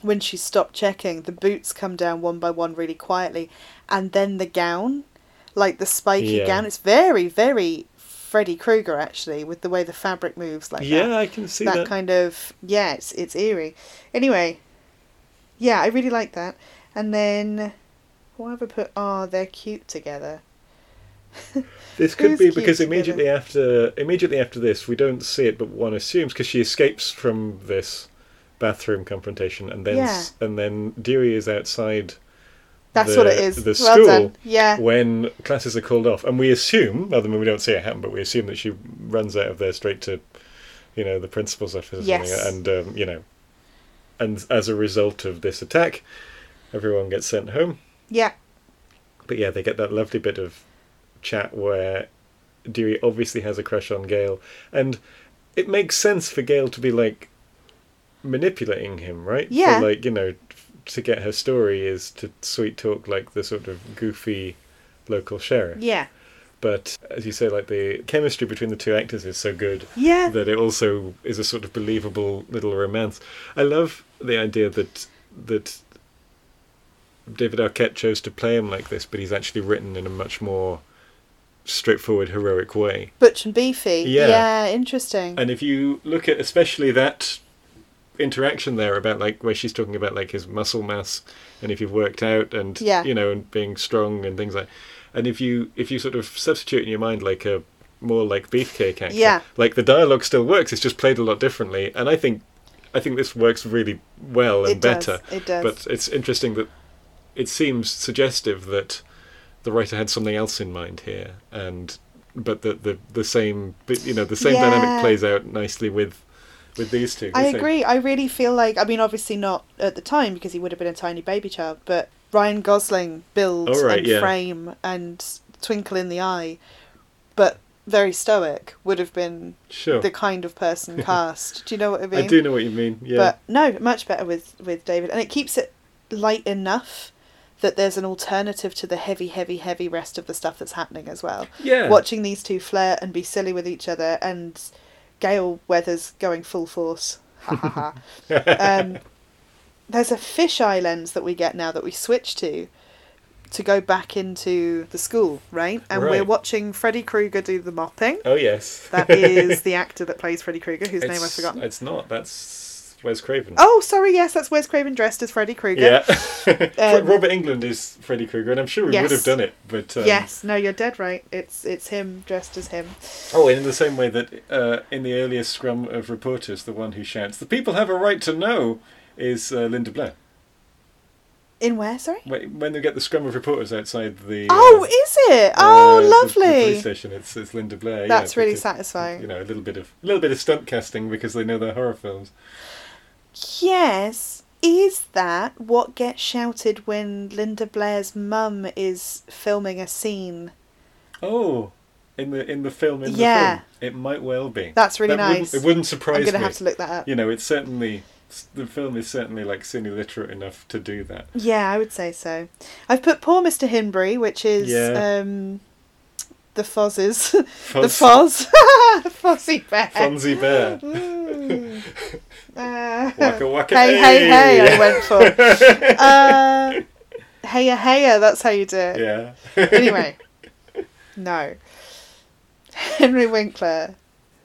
S1: when she stopped checking the boots come down one by one really quietly and then the gown like the spiky
S2: Yeah.
S1: gown it's very very freddy krueger actually with the way the fabric moves like that
S2: yeah, I can see
S1: that,
S2: that.
S1: kind of yeah, it's it's eerie. Anyway, yeah, I really like that. And then what have I put? Oh, they're cute together.
S2: This could
S1: Who's
S2: be
S1: cute
S2: because
S1: together?
S2: immediately after immediately after this, we don't see it, but one assumes because she escapes from this bathroom confrontation, and then s- and then Dewey is outside
S1: That's
S2: the-
S1: what it is.
S2: the
S1: well
S2: school
S1: done. Yeah.
S2: when classes are called off, and we assume, other than we don't see it happen, but we assume that she runs out of there straight to, you know, the principal's office, or something,
S1: Yes.
S2: and um, you know, and as a result of this attack, everyone gets sent home.
S1: Yeah.
S2: But yeah, they get that lovely bit of chat where Dewey obviously has a crush on Gail, and it makes sense for Gail to be like manipulating him, right?
S1: Yeah.
S2: For, like you know, f- to get her story is to sweet talk like the sort of goofy local sheriff.
S1: Yeah.
S2: But as you say, like the chemistry between the two actors is so good
S1: Yeah.
S2: that it also is a sort of believable little romance. I love the idea that that David Arquette chose to play him like this, but he's actually written in a much more straightforward, heroic way.
S1: Butch and Beefy.
S2: Yeah.
S1: interesting.
S2: And if you look at especially that interaction there about like where she's talking about like his muscle mass and if you've worked out and
S1: Yeah.
S2: you know and being strong and things like and if you if you sort of substitute in your mind like a more like beefcake actor
S1: Yeah.
S2: like the dialogue still works it's just played a lot differently and i think i think this works really well and
S1: it
S2: better
S1: does. It does.
S2: but it's interesting that it seems suggestive that the writer had something else in mind here, and but that the the same but, you know the same
S1: Yeah.
S2: dynamic plays out nicely with with these two.
S1: I
S2: the same-
S1: agree. I really feel like I mean, obviously not at the time because he would have been a tiny baby child, but Ryan Gosling build
S2: Oh, right,
S1: and
S2: yeah.
S1: frame and twinkle in the eye, but very stoic would have been
S2: Sure,
S1: the kind of person cast. Do you know what I
S2: I
S1: mean?
S2: do know what you mean. Yeah,
S1: But no, much better with with David, and it keeps it light enough that there's an alternative to the heavy, heavy, heavy rest of the stuff that's happening as well.
S2: yeah,
S1: Watching these two flirt and be silly with each other, and Gail Weathers going full force. Ha ha ha. um, there's a fisheye lens that we get now that we switch to to go back into the school, right? And we're
S2: Right.
S1: watching Freddy Krueger do the mopping.
S2: Oh yes,
S1: That is the actor that plays Freddy Krueger, whose name I've
S2: It's- uh,
S1: forgotten.
S2: It's not. That's Wes Craven.
S1: Oh, sorry, yes, that's Wes Craven dressed as Freddy Krueger.
S2: Yeah,
S1: Um,
S2: Robert England is Freddy Krueger, and I'm sure he
S1: Yes.
S2: would have done it. But um,
S1: Yes, no, you're dead right. It's it's him dressed as him.
S2: Oh, in the same way that uh, in the earliest scrum of reporters, the one who shouts, "The people have a right to know," is uh, Linda Blair.
S1: In where, sorry?
S2: When when they get the scrum of reporters outside the
S1: Oh,
S2: uh,
S1: is it?
S2: uh, the-
S1: Oh,
S2: the
S1: lovely.
S2: police station, it's, it's Linda Blair.
S1: That's
S2: yeah,
S1: really
S2: because,
S1: satisfying.
S2: You know, a little bit of a little bit of stunt casting because they know they're horror films.
S1: Yes. Is that what gets shouted when Linda Blair's mum is filming a scene?
S2: Oh, in the in the film in
S1: Yeah.
S2: the film, it might well be.
S1: That's really
S2: That wouldn't-
S1: nice.
S2: it wouldn't
S1: I'm
S2: surprise
S1: going to
S2: me.
S1: have to look that up.
S2: You know, it's certainly the film is certainly like cine literate enough to do that.
S1: Yeah, I would say so. I've put Poor Mr. Hinbury, which is
S2: Yeah.
S1: um, the Fozzes. the
S2: Fonz-
S1: Foz. Fozzie Bear.
S2: Fonzie Bear.
S1: Mm. Uh,
S2: Waka waka.
S1: hey, hey, hey, I went for. Uh, heya, heya, that's how you do it.
S2: yeah.
S1: Anyway, no. Henry Winkler,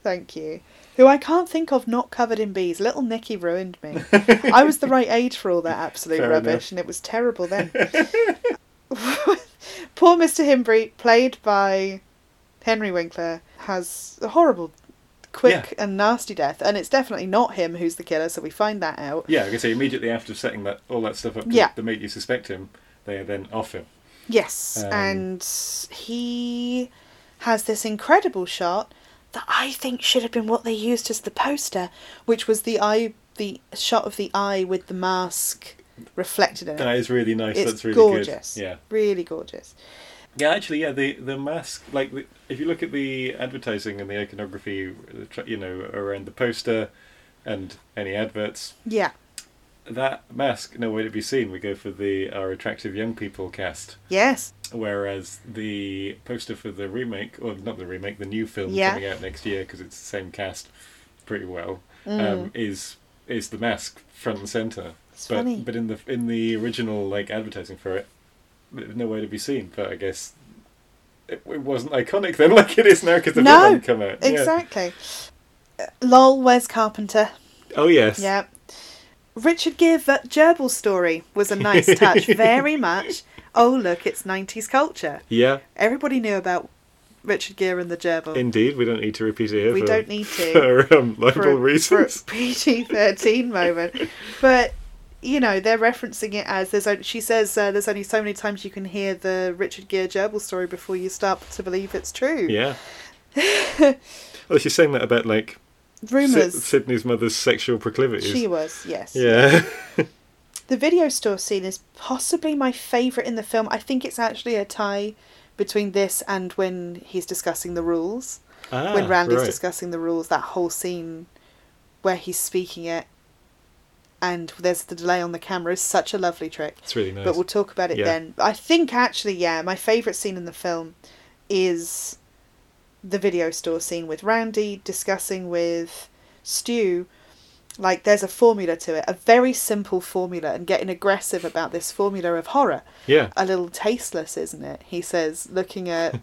S1: thank you. Who I can't think of not covered in bees. Little Nicky ruined me. I was the right age for all that absolute
S2: Fair
S1: rubbish,
S2: enough.
S1: and it was terrible then. Poor Mr. Himbree, played by Henry Winkler, has a horrible, quick, and nasty death, and it's definitely not him who's the killer, so we find that out.
S2: Yeah, like I say, immediately after setting that all that stuff up to,
S1: Yeah.
S2: to make you suspect him, they are then off him.
S1: Yes,
S2: Um,
S1: and he has this incredible shot that I think should have been what they used as the poster, which was the eye, the shot of the eye with the mask reflected in it.
S2: That is really nice.
S1: It's
S2: That's really
S1: gorgeous.
S2: good. Yeah.
S1: really gorgeous.
S2: Yeah, actually, yeah. The the mask, like the, if you look at the advertising and the iconography, the tr- you know, around the poster, and any adverts,
S1: Yeah.
S2: that mask nowhere to be seen. We go for the our attractive young people cast.
S1: Yes.
S2: Whereas the poster for the remake, or not the remake, the new film
S1: Yeah.
S2: coming out next year because it's the same cast, pretty well,
S1: Mm.
S2: um, is is the mask front and center.
S1: It's
S2: but
S1: funny.
S2: but in the in the original like advertising for it, nowhere to be seen. But I guess it, it wasn't iconic then, like it is now because the
S1: No,
S2: film hadn't come out. Yeah.
S1: Exactly. Uh, Lol, where's Carpenter?
S2: Oh yes.
S1: Yeah. Richard Gere v- gerbil story was a nice touch. Very much. Oh, look, it's 90s culture.
S2: Yeah.
S1: Everybody knew about Richard Gere and the gerbil.
S2: Indeed, we don't need to repeat it here.
S1: We
S2: for-
S1: don't need to.
S2: for um, libel
S1: for a-
S2: reasons.
S1: PG thirteen moment, but you know they're referencing it as there's. on- She says uh, there's only so many times you can hear the Richard Gere gerbil story before you start to believe it's true.
S2: Yeah. well, she's saying that about like Sid-
S1: Rumors.
S2: Sydney's mother's sexual proclivities.
S1: she was yes.
S2: yeah.
S1: The video store scene is possibly my favorite in the film. I think it's actually a tie between this and when he's discussing the rules,
S2: Ah,
S1: when Randy's
S2: right.
S1: discussing the rules, that whole scene where he's speaking it and there's the delay on the camera is such a lovely trick.
S2: It's really nice.
S1: But we'll talk about it
S2: Yeah.
S1: then. I think actually, yeah, my favourite scene in the film is the video store scene with Randy discussing with Stu. Like, there's a formula to it, a very simple formula, and getting aggressive about this formula of horror.
S2: yeah.
S1: A little tasteless, isn't it? He says, looking at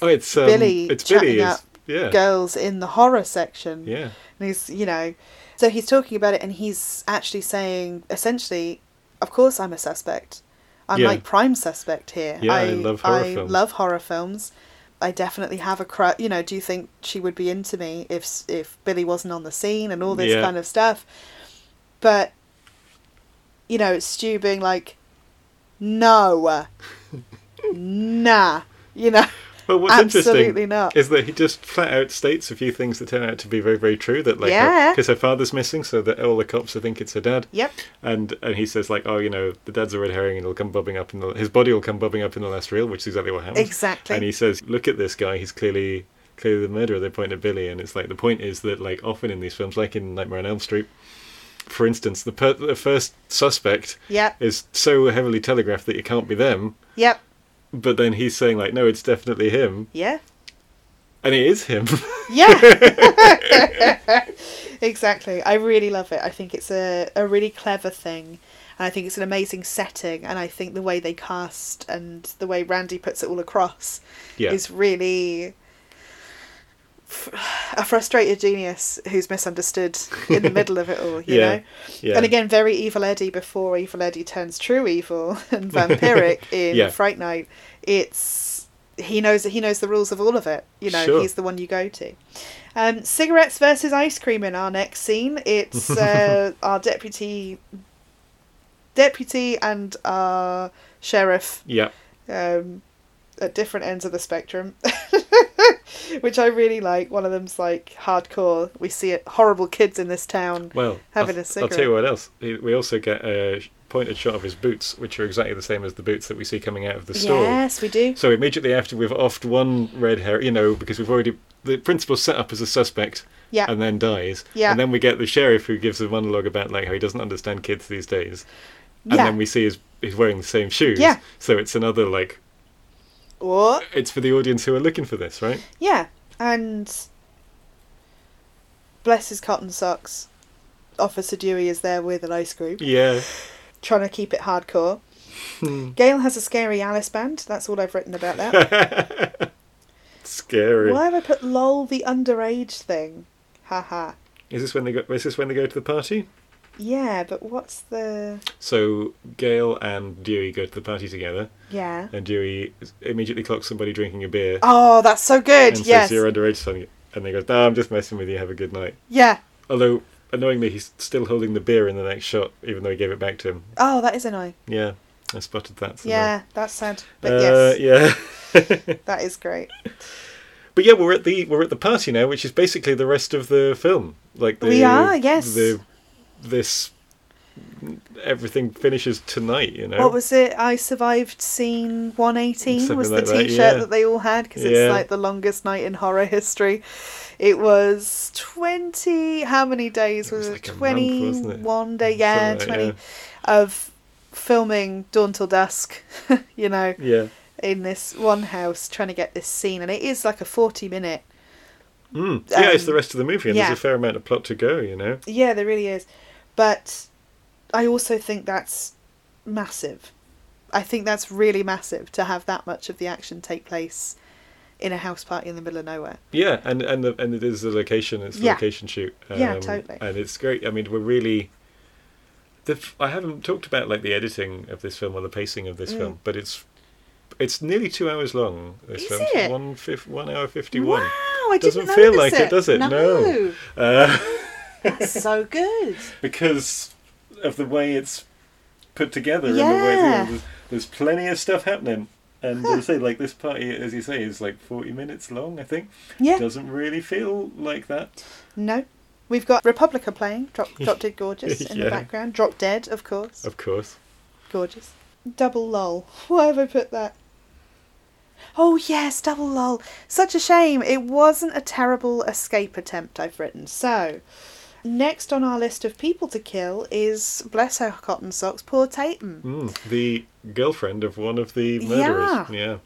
S2: Oh, it's um,
S1: Billy
S2: It's Billy.
S1: chatting
S2: Is,
S1: up
S2: yeah.
S1: girls in the horror section.
S2: Yeah.
S1: And he's, you know, so he's talking about it and he's actually saying, essentially, of course I'm a suspect. I'm
S2: Yeah.
S1: like prime suspect here.
S2: Yeah, I love horror
S1: I
S2: films.
S1: love horror films. I definitely have a cru You know, do you think she would be into me if s- if Billy wasn't on the scene and all this
S2: Yeah.
S1: kind of stuff? But you know, it's Stu being like, no, nah, you know,
S2: Well, what's
S1: absolutely
S2: interesting
S1: not.
S2: is that he just flat out states a few things that turn out to be very, very true. That like,
S1: Yeah.
S2: because her father's missing, so that all the cops think it's her dad.
S1: Yep.
S2: And and he says like, oh, you know, the dad's a red herring, and he'll come bobbing up in the his body will come bobbing up in the last reel, which is exactly what happens.
S1: Exactly.
S2: And he says, look at this guy. He's clearly clearly the murderer. They point at Billy, and it's like the point is that like often in these films, like in Nightmare on Elm Street, for instance, the per- the first suspect
S1: Yep.
S2: is so heavily telegraphed that it can't be them.
S1: Yep.
S2: But then he's saying like, no, it's definitely him,
S1: Yeah.
S2: and it is him.
S1: Yeah. exactly. I really love it. I think it's a, a really clever thing. And I think it's an amazing setting. And I think the way they cast and the way Randy puts it all across
S2: yeah.
S1: is really f- a frustrated genius who's misunderstood in the middle of it all, you
S2: Yeah,
S1: know?
S2: yeah.
S1: And again, very Evil Eddie before Evil Eddie turns true evil and vampiric in
S2: Yeah.
S1: Fright Night. It's he knows he knows the rules of all of it. You know,
S2: Sure.
S1: he's the one you go to. Um, cigarettes versus ice cream in our next scene. It's uh, our deputy, deputy, and our sheriff
S2: yeah.
S1: um, at different ends of the spectrum, which I really like. One of them's like hardcore. We see it horrible kids in this town.
S2: Well,
S1: Having
S2: I'll,
S1: a
S2: I'll tell you what else. He- We also get a sh- pointed shot of his boots, which are exactly the same as the boots that we see coming out of the store.
S1: Yes, we do.
S2: So immediately after we've offed one red hair, you know, because we've already the principal's set up as a suspect
S1: Yeah.
S2: and then dies.
S1: Yeah.
S2: And then we get the sheriff who gives a monologue about like how he doesn't understand kids these days. And
S1: Yeah.
S2: then we see he's, he's wearing the same shoes.
S1: Yeah.
S2: So it's another like
S1: Or
S2: it's for the audience who are looking for this, right?
S1: yeah, and bless his cotton socks. Officer Dewey is there with an ice cream,
S2: Yeah.
S1: trying to keep it hardcore.
S2: Hmm.
S1: Gail has a scary Alice band. That's all I've written about that.
S2: Scary.
S1: Why have I put lol the underage thing? Haha.
S2: Is this when they go is this when they go to the party?
S1: Yeah, but what's the
S2: So Gail and Dewey go to the party together,
S1: yeah?
S2: and Dewey immediately clocks somebody drinking a beer
S1: Oh, that's so good.
S2: and says
S1: yes.
S2: you're underage, son. And they go, "No, I'm just messing with you. Have a good night."
S1: Yeah.
S2: Although annoyingly, he's still holding the beer in the next shot, even though he gave it back to him.
S1: Oh, that is annoying.
S2: Yeah, I spotted that. somehow.
S1: Yeah, that's sad. But
S2: Uh,
S1: yes,
S2: yeah.
S1: that is great.
S2: but yeah, we're at the we're at the party now, which is basically the rest of the film. Like the,
S1: We are, yes.
S2: The this everything finishes tonight. You know.
S1: What was it? I survived scene 118
S2: Oh. Something
S1: was the
S2: like that,
S1: t-shirt
S2: yeah.
S1: that they all had because
S2: Yeah.
S1: it's like the longest night in horror history. It was 20 how many days
S2: It was
S1: was,
S2: like
S1: it?
S2: a month, wasn't it?
S1: 21 day yeah,
S2: Something like-
S1: 20 of filming Dawn Till Dusk, you know.
S2: Yeah.
S1: in this one house trying to get this scene and it is like a 40 minute
S2: Mm. Yeah, it's
S1: Um,
S2: the rest of the movie, and
S1: yeah.
S2: there's a fair amount of plot to go. You know.
S1: yeah there really is but i also think that's massive i think that's really massive to have that much of the action take place in a house party in the middle of nowhere
S2: Yeah, and and the, and it is the location. It's the
S1: Yeah.
S2: location shoot. Um,
S1: Yeah, totally.
S2: And it's great. I mean, we're really. The, f- I haven't talked about like the editing of this film or the pacing of this
S1: Mm.
S2: film, but it's it's nearly two hours long. This
S1: Is
S2: film,
S1: it?
S2: one fif- one hour fifty
S1: wow
S2: one.
S1: i
S2: Doesn't
S1: didn't
S2: feel
S1: notice
S2: like it, does it?
S1: no,
S2: No. Uh,
S1: that's so good
S2: because of the way it's put together and the way
S1: Yeah.
S2: there's, there's plenty of stuff happening. And as I say, like this party, as you say, is like forty minutes long. I think
S1: yeah
S2: doesn't really feel like that.
S1: no we've got republica playing drop, drop dead gorgeous in
S2: Yeah.
S1: the background drop dead of course
S2: Of course.
S1: gorgeous double lol why have i put that Oh yes, double lol. Such a shame. It wasn't a terrible escape attempt I've written. So, next on our list of people to kill is bless her cotton socks, poor Tatum.
S2: Mm, the girlfriend of one of the
S1: Yeah.
S2: murderers. Yeah.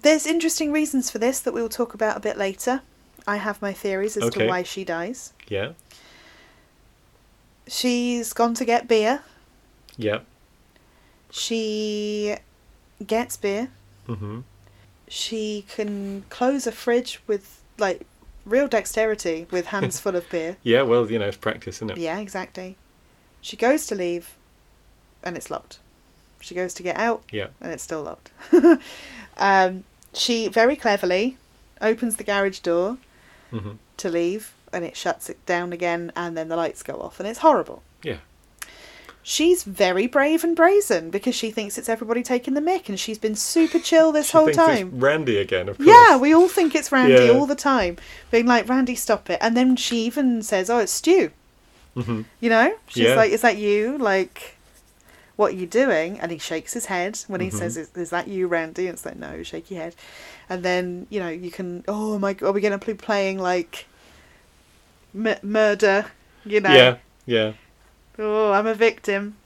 S1: There's interesting reasons for this that we will talk about a bit later. I have my theories as
S2: Okay.
S1: to why she dies.
S2: Yeah.
S1: She's gone to get beer.
S2: Yeah.
S1: She gets beer.
S2: Mm-hmm.
S1: She can close a fridge with like real dexterity with hands full of beer.
S2: Yeah, well, you know, it's practice, isn't it?
S1: Yeah, exactly. She goes to leave and it's locked. She goes to get out
S2: Yeah.
S1: and it's still locked. um, she very cleverly opens the garage door
S2: Mm-hmm.
S1: to leave and it shuts it down again and then the lights go off and it's horrible.
S2: Yeah.
S1: She's very brave and brazen because she thinks it's everybody taking the mick and she's been super chill this
S2: She
S1: whole
S2: thinks
S1: time.
S2: It's Randy again, of course.
S1: Yeah, we all think it's Randy
S2: Yeah.
S1: all the time, being like, Randy, stop it. And then she even says, Oh, it's Stu.
S2: hmm
S1: You know? She's
S2: Yeah.
S1: like, Is that you? Like, what are you doing? And he shakes his head when he
S2: Mhm.
S1: says, is, is that you, Randy? And it's like, No, shake your head. And then, you know, you can, Oh my God, are we going to be playing like m- murder? You know?
S2: Yeah. Yeah.
S1: Oh, I'm a victim.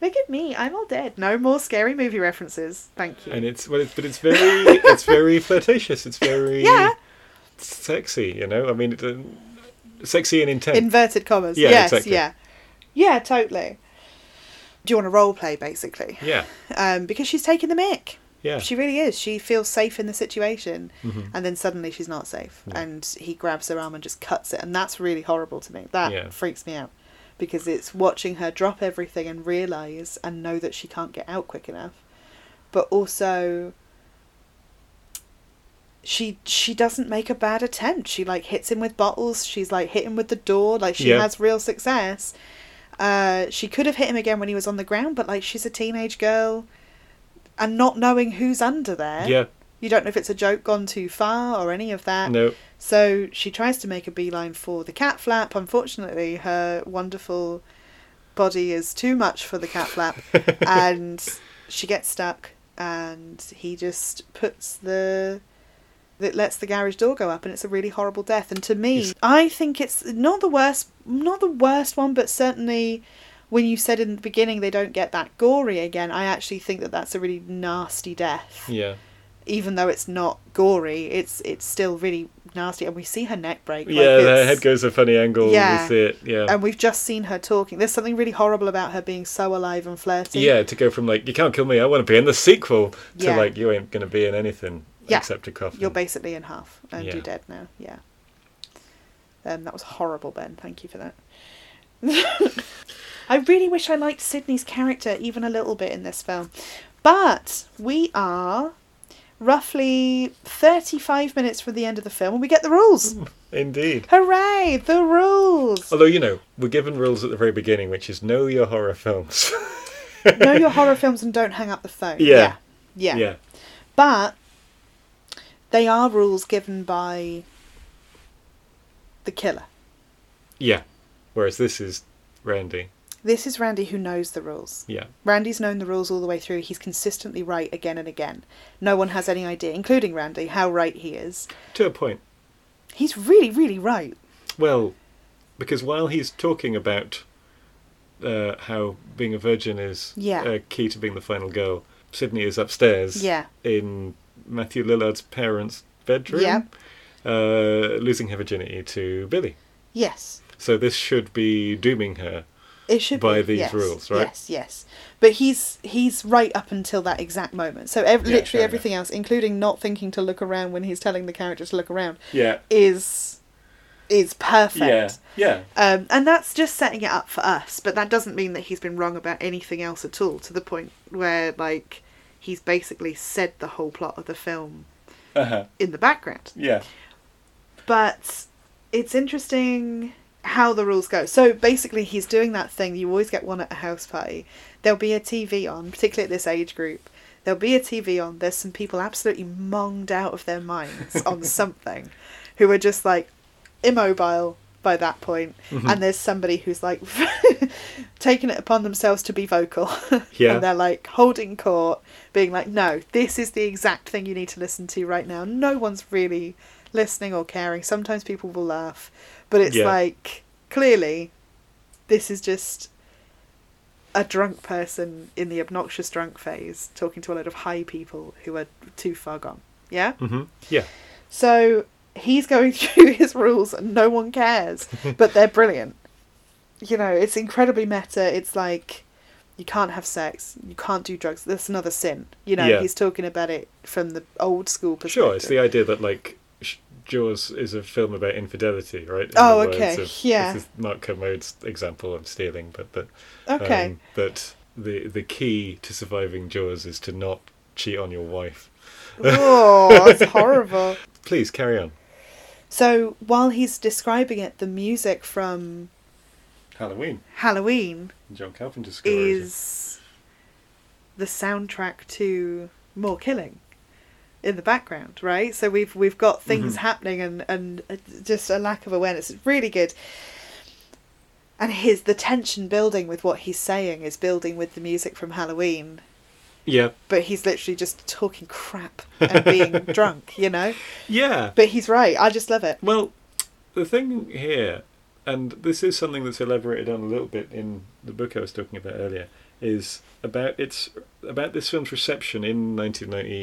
S1: Look at me, I'm all dead. No more scary movie references. Thank you.
S2: And it's well, it's, but it's very it's very flirtatious. It's very
S1: Yeah.
S2: sexy. You know, I mean, it, um, sexy and intent.
S1: Inverted commas.
S2: Yeah,
S1: yes,
S2: exactly.
S1: yeah. Yeah, totally. Do you want to role play basically?
S2: yeah.
S1: Um, because she's taking the mick.
S2: Yeah.
S1: She really is. She feels safe in the situation
S2: Mhm.
S1: and then suddenly she's not safe.
S2: Yeah.
S1: And he grabs her arm and just cuts it and that's really horrible to me. That
S2: Yeah.
S1: freaks me out. Because it's watching her drop everything and realise and know that she can't get out quick enough. But also she she doesn't make a bad attempt. She like hits him with bottles. She's like hit him with the door. Like she
S2: Yeah.
S1: has real success. Uh, she could have hit him again when he was on the ground, but like she's a teenage girl, and not knowing who's under there.
S2: Yeah.
S1: You don't know if it's a joke gone too far or any of that.
S2: No.
S1: So she tries to make a beeline for the cat flap. Unfortunately, her wonderful body is too much for the cat flap, and she gets stuck. And he just puts the that lets the garage door go up, and it's a really horrible death. And to me,
S2: Yes.
S1: I think it's not the worst, not the worst one, but certainly when you said in the beginning they don't get that gory again, I actually think that that's a really nasty death
S2: Yeah.
S1: even though it's not gory, it's it's still really nasty, and we see her neck break. like
S2: yeah. The
S1: it's-
S2: head goes a funny angle.
S1: Yeah.
S2: We see it. Yeah.
S1: and we've just seen her talking. There's something really horrible about her being so alive and flirty.
S2: yeah, to go from like you can't kill me, I want to be in the sequel to
S1: Yeah.
S2: like you ain't gonna be in anything
S1: Yeah.
S2: except a coffin.
S1: you're basically in half, and
S2: Yeah.
S1: you're dead now. Yeah. Um, that was horrible, Ben. Thank you for that. I really wish I liked Sydney's character even a little bit in this film, but we are roughly 35 minutes from the end of the film, and we get the rules.
S2: Indeed.
S1: Hooray! The rules.
S2: Although you know, we're given rules at the very beginning, which is know your horror films.
S1: know your horror films and don't hang up the phone.
S2: Yeah.
S1: Yeah. Yeah.
S2: yeah.
S1: But they are rules given by the killer.
S2: Yeah. Whereas this is Randy.
S1: This is Randy who knows the rules.
S2: Yeah.
S1: Randy's known the rules all the way through. He's consistently right again and again. No one has any idea, including Randy, how right he is.
S2: To a point.
S1: He's really, really right.
S2: Well, because while he's talking about uh, how being a virgin is
S1: Yeah.
S2: uh, key to being the final girl, Sydney is upstairs
S1: Yeah.
S2: in Matthew Lillard's parents' bedroom,
S1: Yeah.
S2: uh, losing her virginity to Billy.
S1: Yes.
S2: So this should be dooming her.
S1: It should
S2: by
S1: be,
S2: these
S1: yes,
S2: rules, right?
S1: Yes, yes. But he's he's right up until that exact moment. So ev-
S2: Yeah, fair
S1: literally everything else, including not thinking to look around when he's telling the character to look around,
S2: Yeah.
S1: is is perfect.
S2: Yeah.
S1: Um, and that's just setting it up for us. But that doesn't mean that he's been wrong about anything else at all. To the point where like he's basically said the whole plot of the film
S2: Uh huh.
S1: in the background.
S2: Yeah.
S1: But it's interesting how the rules go. So basically, he's doing that thing. You always get one at a house party. There'll be a TV on, particularly at this age group. There'll be a TV on. There's some people absolutely monged out of their minds on something who are just like immobile by that point. And there's somebody who's like taken it upon themselves to be vocal.
S2: Yeah.
S1: and they're like holding court, being like, no, this is the exact thing you need to listen to right now. No one's really listening or caring. Sometimes people will laugh, but it's
S2: Yeah.
S1: like, clearly, this is just a drunk person in the obnoxious drunk phase talking to a load of high people who are too far gone. Yeah?
S2: hmm Yeah.
S1: So he's going through his rules and no one cares, but they're brilliant. You know, it's incredibly meta. It's like you can't have sex, you can't do drugs. That's another sin. You know,
S2: Yeah.
S1: he's talking about it from the old school perspective.
S2: Sure, it's the idea that like Sh- Jaws is a film about infidelity, right? In
S1: Oh,
S2: the words
S1: okay,
S2: of-
S1: yeah.
S2: This is not Kermode's example I'm stealing, but that
S1: okay.
S2: um, that the the key to surviving Jaws is to not cheat on your wife.
S1: oh, it's horrible.
S2: Please carry on.
S1: So while he's describing it, the music from
S2: Halloween,
S1: Halloween
S2: John Carpenter's score. isn't it?
S1: is the soundtrack to more killing in the background right so we've we've got things
S2: Mhm.
S1: happening and and just a lack of awareness it's really good and his the tension building with what he's saying is building with the music from halloween
S2: Yeah,
S1: but he's literally just talking crap and being drunk you know
S2: yeah.
S1: but he's right i just love it
S2: Well, the thing here, and this is something that's elaborated on a little bit in the book I was talking about earlier, is about its about this film's reception in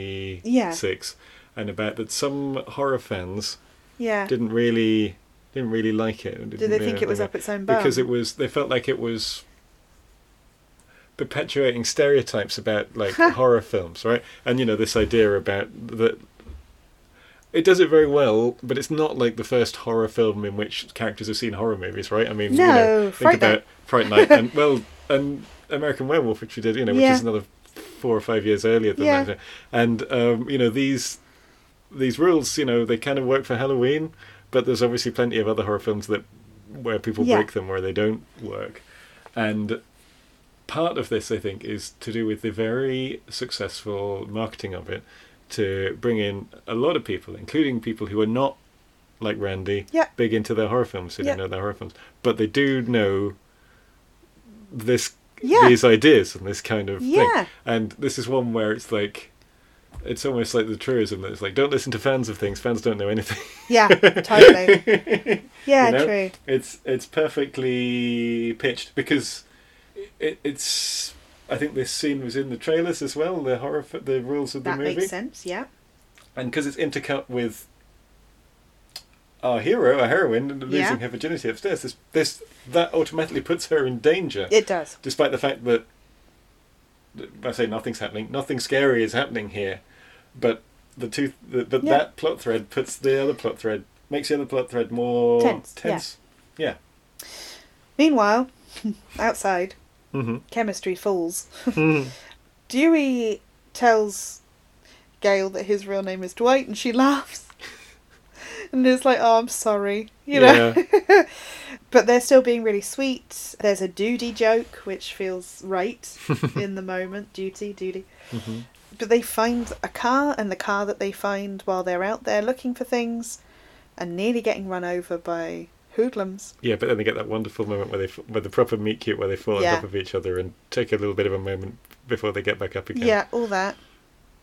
S2: 1996, and about that some horror fans
S1: yeah did,
S2: didn't really didn't really like it. and didn't
S1: they
S2: really
S1: think it was
S2: anything
S1: up its own bum
S2: because it was they felt like it was perpetuating stereotypes about like horror films right and you know this idea about that it does it very well but it's not like the first horror film in which characters have seen horror movies right i mean you
S1: No,
S2: know think
S1: Fright Night.
S2: about fright night and well and american werewolf which we did you know which
S1: Yeah.
S2: is another four or five years earlier than
S1: Yeah.
S2: that and um, you know these these rules you know they kind of work for halloween but there's obviously plenty of other horror films that where people
S1: Yeah.
S2: break them where they don't work and part of this i think is to do with the very successful marketing of it to bring in a lot of people including people who are not like randy
S1: Yeah.
S2: big into their horror films who don't
S1: Yeah.
S2: know their horror films but they do know this
S1: Yeah.
S2: these ideas and this kind of
S1: Yeah.
S2: thing and this is one where it's like it's almost like the truism that it's like don't listen to fans of things fans don't know anything
S1: yeah totally yeah
S2: you know?
S1: true
S2: It's it's perfectly pitched because it, it's. I think this scene was in the trailers as well. The horror, f- the rules of the
S1: that
S2: movie,
S1: makes sense yeah
S2: and because it's intercut with our hero, our heroine, losing
S1: Yeah.
S2: her virginity upstairs. This this that automatically puts her in danger,
S1: it does
S2: despite the fact that I say nothing's happening, nothing scary is happening here, but the two, the, but
S1: Yeah.
S2: that plot thread puts the other plot thread makes the other plot thread more
S1: Tense, yeah.
S2: tense. yeah.
S1: Meanwhile, outside,
S2: Mhm.
S1: chemistry falls. Mm-hmm. Dewey tells Gail that his real name is Dwight, and she laughs. And it's like, oh, I'm sorry, you know. But they're still being really sweet. There's a duty joke, which feels right in the moment. Duty, duty. But they find a car, and the car that they find while they're out there looking for things, and nearly getting run over by hoodlums.
S2: Yeah, but then they get that wonderful moment where they f- where the proper meet cute where they fall
S1: Yeah.
S2: on top of each other and take a little bit of a moment before they get back up again.
S1: Yeah, all that.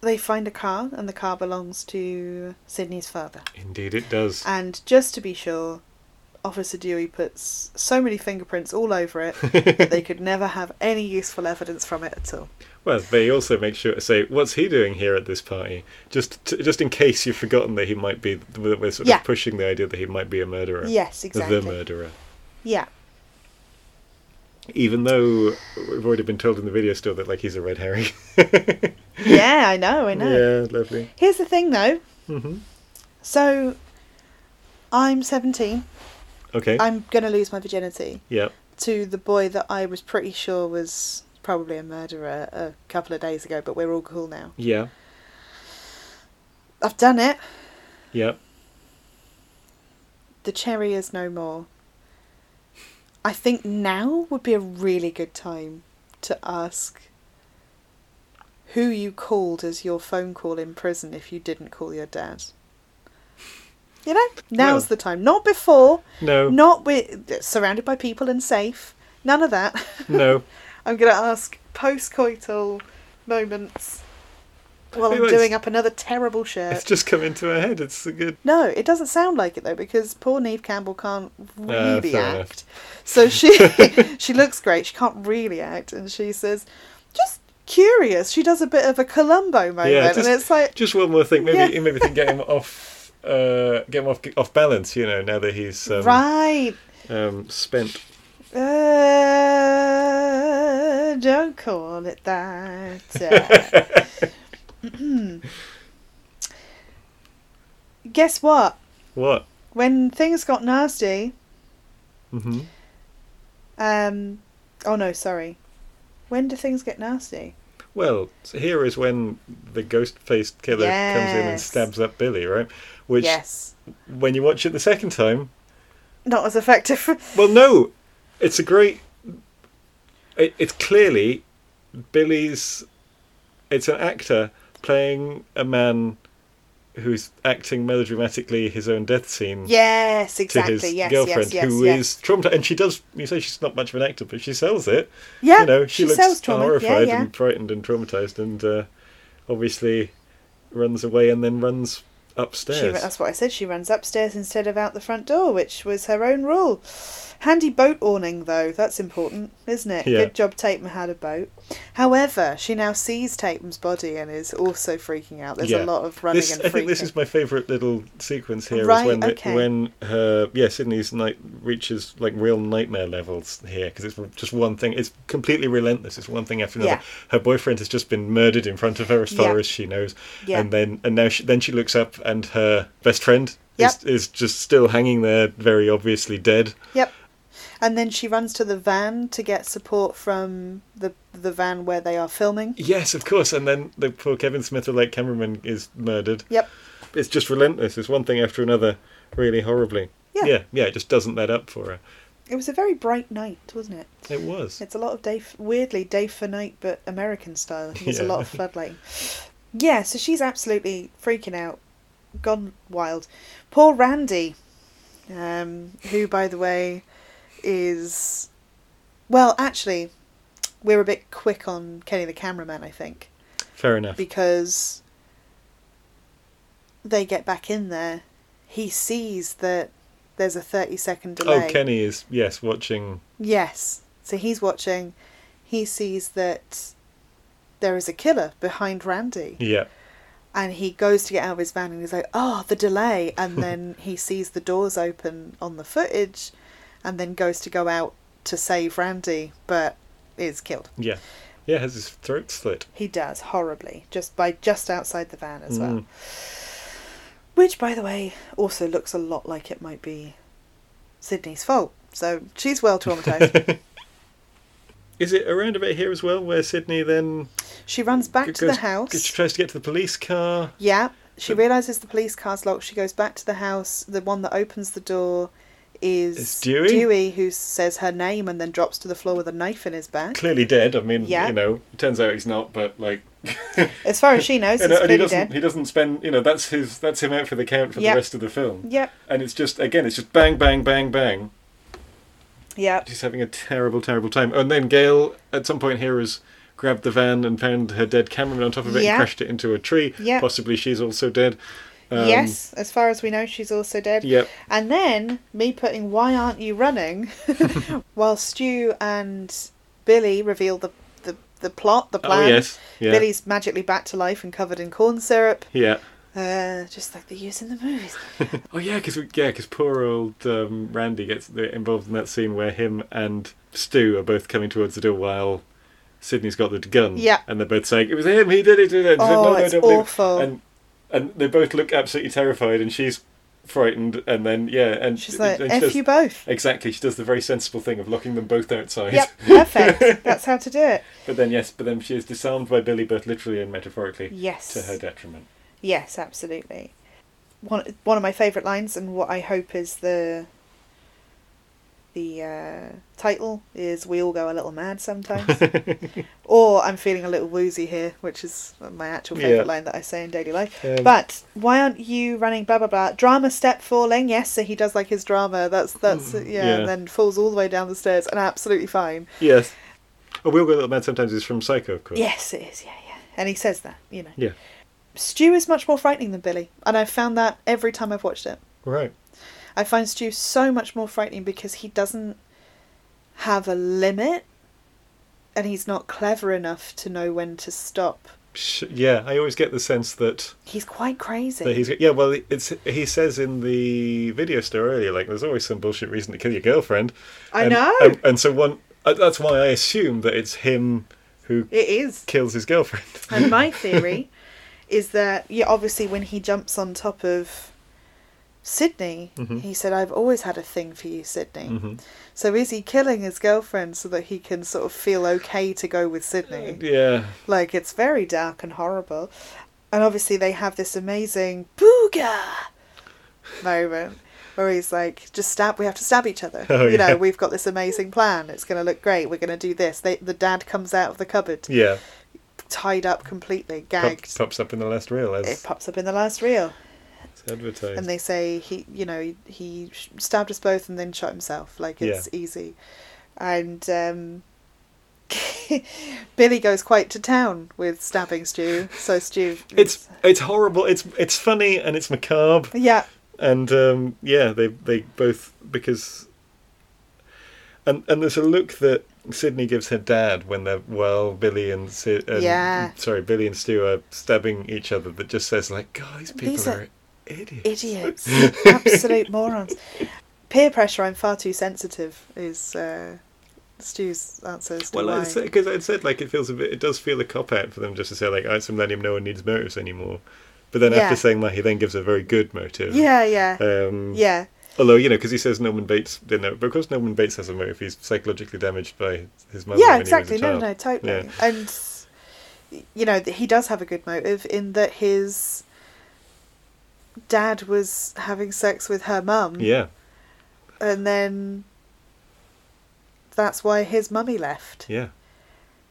S1: They find a car, and the car belongs to Sydney's father.
S2: Indeed, it does.
S1: And just to be sure, Officer Dewey puts so many fingerprints all over it that they could never have any useful evidence from it at all.
S2: well, they also make sure to say, "What's he doing here at this party?" Just t- just in case you've forgotten that he might be. That we're sort
S1: Yeah.
S2: of pushing the idea that he might be a murderer.
S1: Yes, exactly.
S2: The murderer.
S1: Yeah,
S2: Even though we've already been told in the video still that like he's a red herring.
S1: yeah, I know, I know.
S2: Yeah, lovely.
S1: Here's the thing, though.
S2: hmm
S1: So, I'm 17.
S2: Okay.
S1: I'm gonna lose my virginity
S2: yeah.
S1: to the boy that I was pretty sure was probably a murderer a couple of days ago. But we're all cool now.
S2: Yeah.
S1: I've done it.
S2: Yeah.
S1: The cherry is no more. I think now would be a really good time to ask who you called as your phone call in prison if you didn't call your dad. You know, now's
S2: Well.
S1: the time. Not before,
S2: No.
S1: not with surrounded by people and safe. None of that.
S2: No.
S1: I'm going to ask post-coital moments while
S2: Hey,
S1: I'm
S2: well,
S1: doing
S2: it's-
S1: up another terrible shirt.
S2: It's just come into my head. It's a good.
S1: No, it doesn't sound like it though, because poor Neve Campbell can't really
S2: fair enough.
S1: act. So she she looks great. She can't really act, and she says, "Just curious." She does a bit of a Columbo moment,
S2: just-
S1: and it's like,
S2: Just one more thing. Maybe
S1: Yeah.
S2: it made me think get him off, uh, get him off off balance. You know, now that he's um,
S1: right,
S2: um, spent.
S1: uh, don't call it that. Guess what?
S2: What?
S1: When things got nasty,
S2: Mm-hmm.
S1: Um. Oh no, sorry. When do things get nasty?
S2: Well, so here is when the ghost-faced killer comes in and
S1: Yes.
S2: stabs up Billy, right? Which,
S1: yes.
S2: when you watch it the second time,
S1: Not as effective.
S2: well, no, it's a great. It, it's clearly Billy's. It's an actor playing a man who's acting melodramatically his own death scene.
S1: yes,
S2: to
S1: exactly.
S2: his
S1: yes,
S2: girlfriend
S1: yes, yes,
S2: who is
S1: yes.
S2: traumatized and she does you say she's not much of an actor but she sells it
S1: Yeah.
S2: you know she, looks
S1: sells trauma.
S2: horrified
S1: Yeah, yeah.
S2: and frightened and traumatized and uh, obviously runs away and then runs
S1: She,
S2: upstairs
S1: that's what I said. She runs upstairs instead of out the front door, which was her own rule. Handy boat awning, though. That's important, isn't it?
S2: Yeah.
S1: Good job Tatum had a boat. However, she now sees Tatum's body and is also freaking out. There's a
S2: Yeah.
S1: lot of running
S2: this,
S1: and
S2: I
S1: freaking.
S2: think this is my favourite little sequence here is
S1: Right,
S2: when the,
S1: okay.
S2: when her yeah Sydney's night reaches like real nightmare levels here because it's just one thing it's completely relentless it's one thing after another
S1: Yeah.
S2: her boyfriend has just been murdered in front of her as far
S1: Yeah.
S2: as she knows
S1: Yeah.
S2: and then and now she, then she looks up and her best friend is,
S1: Yep.
S2: is just still hanging there very obviously dead
S1: Yep. And then she runs to the van to get support from the the van where they are filming.
S2: yes of course and then the poor Kevin Smith like cameraman is murdered
S1: Yep.
S2: it's just relentless it's one thing after another really horribly
S1: Yeah.
S2: yeah, yeah it just doesn't let up for her
S1: It was a very bright night, wasn't it?
S2: it was
S1: It's a lot of day, f- weirdly day for night, but American style. I think it's a
S2: Yeah.
S1: lot of floodlighting. Yeah, so she's absolutely freaking out, gone wild. Poor Randy, um, who, by the way, is well, actually, we're a bit quick on Kenny the cameraman, I think.
S2: Fair enough.
S1: because they get back in there. He sees that there's a 30 second delay.
S2: Oh, Kenny is yes watching.
S1: Yes. So he's watching. He sees that there is a killer behind Randy.
S2: Yeah,
S1: And he goes to get out of his van and he's like, oh, the delay. And then he sees the doors open on the footage and then goes to go out to save Randy, but is killed.
S2: yeah, yeah. Has his throat slit.
S1: He does horribly, just by just outside the van as well.
S2: Mm.
S1: Which, by the way, also looks a lot like it might be Sydney's fault. So she's well traumatized.
S2: Is it around about here as well where Sydney then
S1: she runs back to the
S2: goes- She
S1: house.
S2: tries to get to the police car.
S1: Yeah, she realizes the police car's locked. She goes back to the house. The one that opens the door
S2: It's
S1: is
S2: Dewey?
S1: who says her name and then drops to the floor with a knife in his back.
S2: Clearly dead. I mean,
S1: Yeah.
S2: you know, turns out he's not. But like, uh,
S1: As far as she knows,
S2: and,
S1: he's
S2: and
S1: clearly
S2: he doesn't.
S1: dead.
S2: He doesn't spend. You know, that's his. That's him out for the count for
S1: Yep.
S2: the rest of the film.
S1: Yep,
S2: And it's just again, it's just bang, bang, bang, bang.
S1: yep.
S2: She's having a terrible, terrible time. And then Gail, at some point here, has grabbed the van and found her dead cameraman on top of it
S1: Yeah.
S2: and crashed it into a tree.
S1: Yeah.
S2: Possibly she's also dead. Um,
S1: yes, as far as we know, she's also dead.
S2: Yep.
S1: And then me putting "Why aren't you running?" while Stu and Billy reveal the the, the plot, the plan.
S2: Oh yes. Yeah.
S1: Billy's magically back to life and covered in corn syrup,
S2: Yeah.
S1: uh, just like they use in the movies.
S2: Oh yeah, because yeah, 'cause poor old um, Randy gets the- involved in that scene where him and Stu are both coming towards the door while Sydney's got the gun.
S1: Yeah.
S2: And they're both saying it was him. He did it. Did it. And she said,
S1: Oh,
S2: "No, no,
S1: it's
S2: don't believe it."
S1: awful.
S2: And and they both look absolutely terrified, and she's frightened, and then yeah, and
S1: She's like,
S2: and
S1: "F
S2: does-
S1: you both."
S2: Exactly, she does the very sensible thing of locking them both outside.
S1: Yep, perfect. That's how to do it.
S2: But then, yes, but then she is disarmed by Billy, both literally and metaphorically,
S1: Yes.
S2: to her detriment.
S1: Yes, absolutely. One one of my favourite lines, and what I hope is the the uh, title is "We all go a little mad sometimes," or "I'm feeling a little woozy here," which is my actual favourite
S2: Yeah.
S1: line that I say in daily life.
S2: Um,
S1: but why aren't you running? Blah blah blah. Drama step falling. Yes, so he does like his drama. That's that's yeah,
S2: Yeah.
S1: And then falls all the way down the stairs and absolutely fine.
S2: yes. Oh, we all go a little mad sometimes is from Psycho, of course.
S1: Yes, it is. Yeah, yeah. And he says that. You know.
S2: Yeah.
S1: Stu is much more frightening than Billy, and I've found that every time I've watched it.
S2: Right.
S1: I find Stu so much more frightening because he doesn't have a limit and he's not clever enough to know when to stop.
S2: Sh- yeah, I always get the sense that,
S1: He's quite crazy.
S2: that he's yeah. Well, it's he says in the video store earlier, like there's always some bullshit reason to kill your girlfriend.
S1: I
S2: And-
S1: know.
S2: And, and so one. uh, That's why I assume that it's him who
S1: it is.
S2: kills his girlfriend.
S1: And my theory is that, yeah, obviously, when he jumps on top of Sydney,
S2: Mhm.
S1: he said, I've always had a thing for you, Sydney.
S2: Mhm.
S1: So is he killing his girlfriend so that he can sort of feel okay to go with Sydney?
S2: Yeah.
S1: Like it's very dark and horrible. And obviously they have this amazing booga moment where he's like, just stab we have to stab each other.
S2: Oh,
S1: you
S2: yeah.
S1: know, we've got this amazing plan. It's gonna look great, we're gonna do this. They, the dad comes out of the cupboard,
S2: Yeah.
S1: tied up completely,
S2: Pop,
S1: gagged.
S2: pops up in the last reel
S1: It
S2: as
S1: pops up in the last reel.
S2: it's advertised.
S1: And they say he, you know, he sh- stabbed us both and then shot himself. Like
S2: Yeah.
S1: it's easy. And um, Billy goes quite to town with stabbing Stew. So Stew,
S2: it's it's horrible. It's it's funny and it's macabre
S1: yeah,
S2: and um, yeah, they they both because and and there's a look that Sydney gives her dad when they're well Billy and, Si- and
S1: Yeah.
S2: sorry Billy and Stu are stabbing each other that just says like God these people
S1: These
S2: are,
S1: are
S2: idiots.
S1: idiots, absolute morons. Peer pressure. I'm far too sensitive. Is uh, Stew's answer as to
S2: Well,
S1: why.
S2: because I'd, said- 'cause I'd said like it feels a bit, it does feel a cop out for them just to say like, oh, it's a millennium, no one needs motives anymore. But then
S1: Yeah.
S2: after saying that, he then gives a very good motive.
S1: yeah, yeah,
S2: Um,
S1: yeah.
S2: Although you know, because he says Norman Bates didn't know, but of course Norman Bates has a motive. He's psychologically damaged by his mother.
S1: yeah
S2: when
S1: exactly
S2: He was a
S1: no
S2: child.
S1: no totally
S2: Yeah.
S1: and you know th- he does have a good motive in that his dad was having sex with her mum
S2: Yeah,
S1: and then that's why his mummy left
S2: yeah,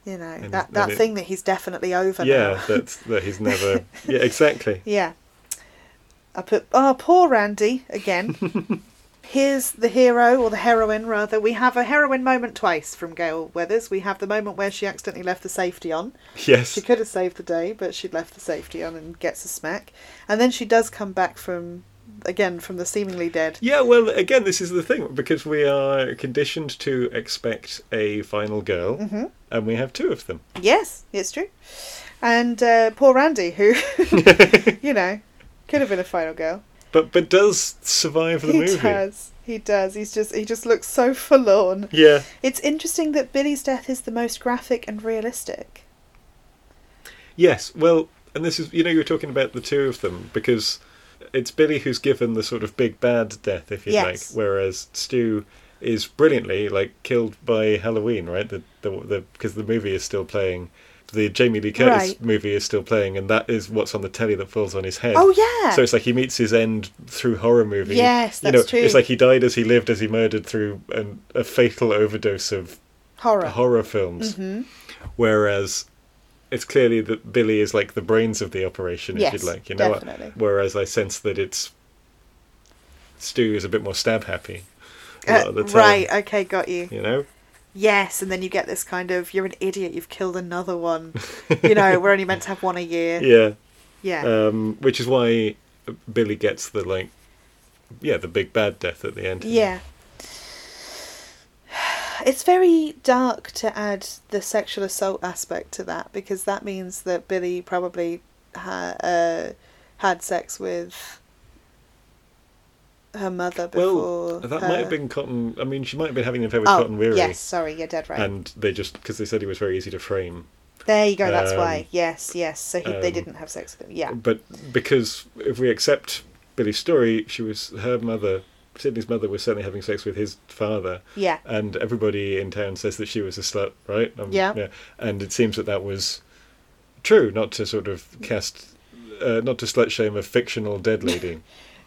S1: you know
S2: And
S1: that
S2: it-
S1: that
S2: and it-
S1: thing that he's definitely over
S2: yeah.
S1: now.
S2: That's that he's never. Yeah, exactly.
S1: yeah i put oh poor randy again Here's the hero or the heroine, rather. We have a heroine moment twice from Gail Weathers. We have the moment where she accidentally left the safety on,
S2: Yes.
S1: She could have saved the day, but she'd left the safety on and gets a smack. And then she does come back from, again, from the seemingly dead.
S2: Yeah. Well, again, this is the thing because we are conditioned to expect a final girl,
S1: Mhm.
S2: and we have two of them.
S1: Yes, it's true. And uh, poor Randy, who, you know, could have been a final girl.
S2: but but does survive the
S1: he
S2: movie.
S1: does. He does. He's just. He just looks so forlorn.
S2: Yeah,
S1: It's interesting that Billy's death is the most graphic and realistic.
S2: Yes, well, and this is you know you were talking about the two of them because it's Billy who's given the sort of big bad death, if you
S1: Yes.
S2: like, whereas Stu is brilliantly like killed by Halloween, right? The the the because the movie is still playing, the Jamie Lee Curtis
S1: Right.
S2: movie is still playing, and that is what's on the telly that falls on his head.
S1: Oh yeah.
S2: So it's like he meets his end through horror movie.
S1: Yes,
S2: you know,
S1: that's true.
S2: It's like he died as he lived as he murdered through an, a fatal overdose of
S1: horror.
S2: horror films
S1: hmm
S2: whereas it's clearly that Billy is like the brains of the operation,
S1: Yes,
S2: if you'd like, you know.
S1: definitely.
S2: Whereas I sense that it's Stu is a bit more stab happy a lot
S1: Uh,
S2: of the time,
S1: right. Okay. Got you.
S2: You know,
S1: Yes, and then you get this kind of you're an idiot, you've killed another one. you know, we're only meant to have one a year. Yeah.
S2: yeah. Um, which is why Billy gets the like, yeah, the big bad death at the end.
S1: yeah. It's very dark to add the sexual assault aspect to that because that means that Billy probably ha- uh, had sex with her mother before.
S2: Well, that
S1: her-
S2: might have been Cotton. I mean, she might have been having an affair with
S1: oh,
S2: Cotton Weary,
S1: Yes, sorry, you're dead right.
S2: and they just because they said he was very easy to frame.
S1: there you go. That's
S2: um,
S1: why. Yes, yes. So he, they
S2: um,
S1: didn't have sex with him. Yeah.
S2: But because if we accept Billy's story, she was her mother, Sydney's mother, was certainly having sex with his father,
S1: Yeah.
S2: and everybody in town says that she was a slut, right? Um,
S1: Yeah.
S2: And it seems that that was true, not to sort of cast, uh, not to slut shame a fictional dead lady,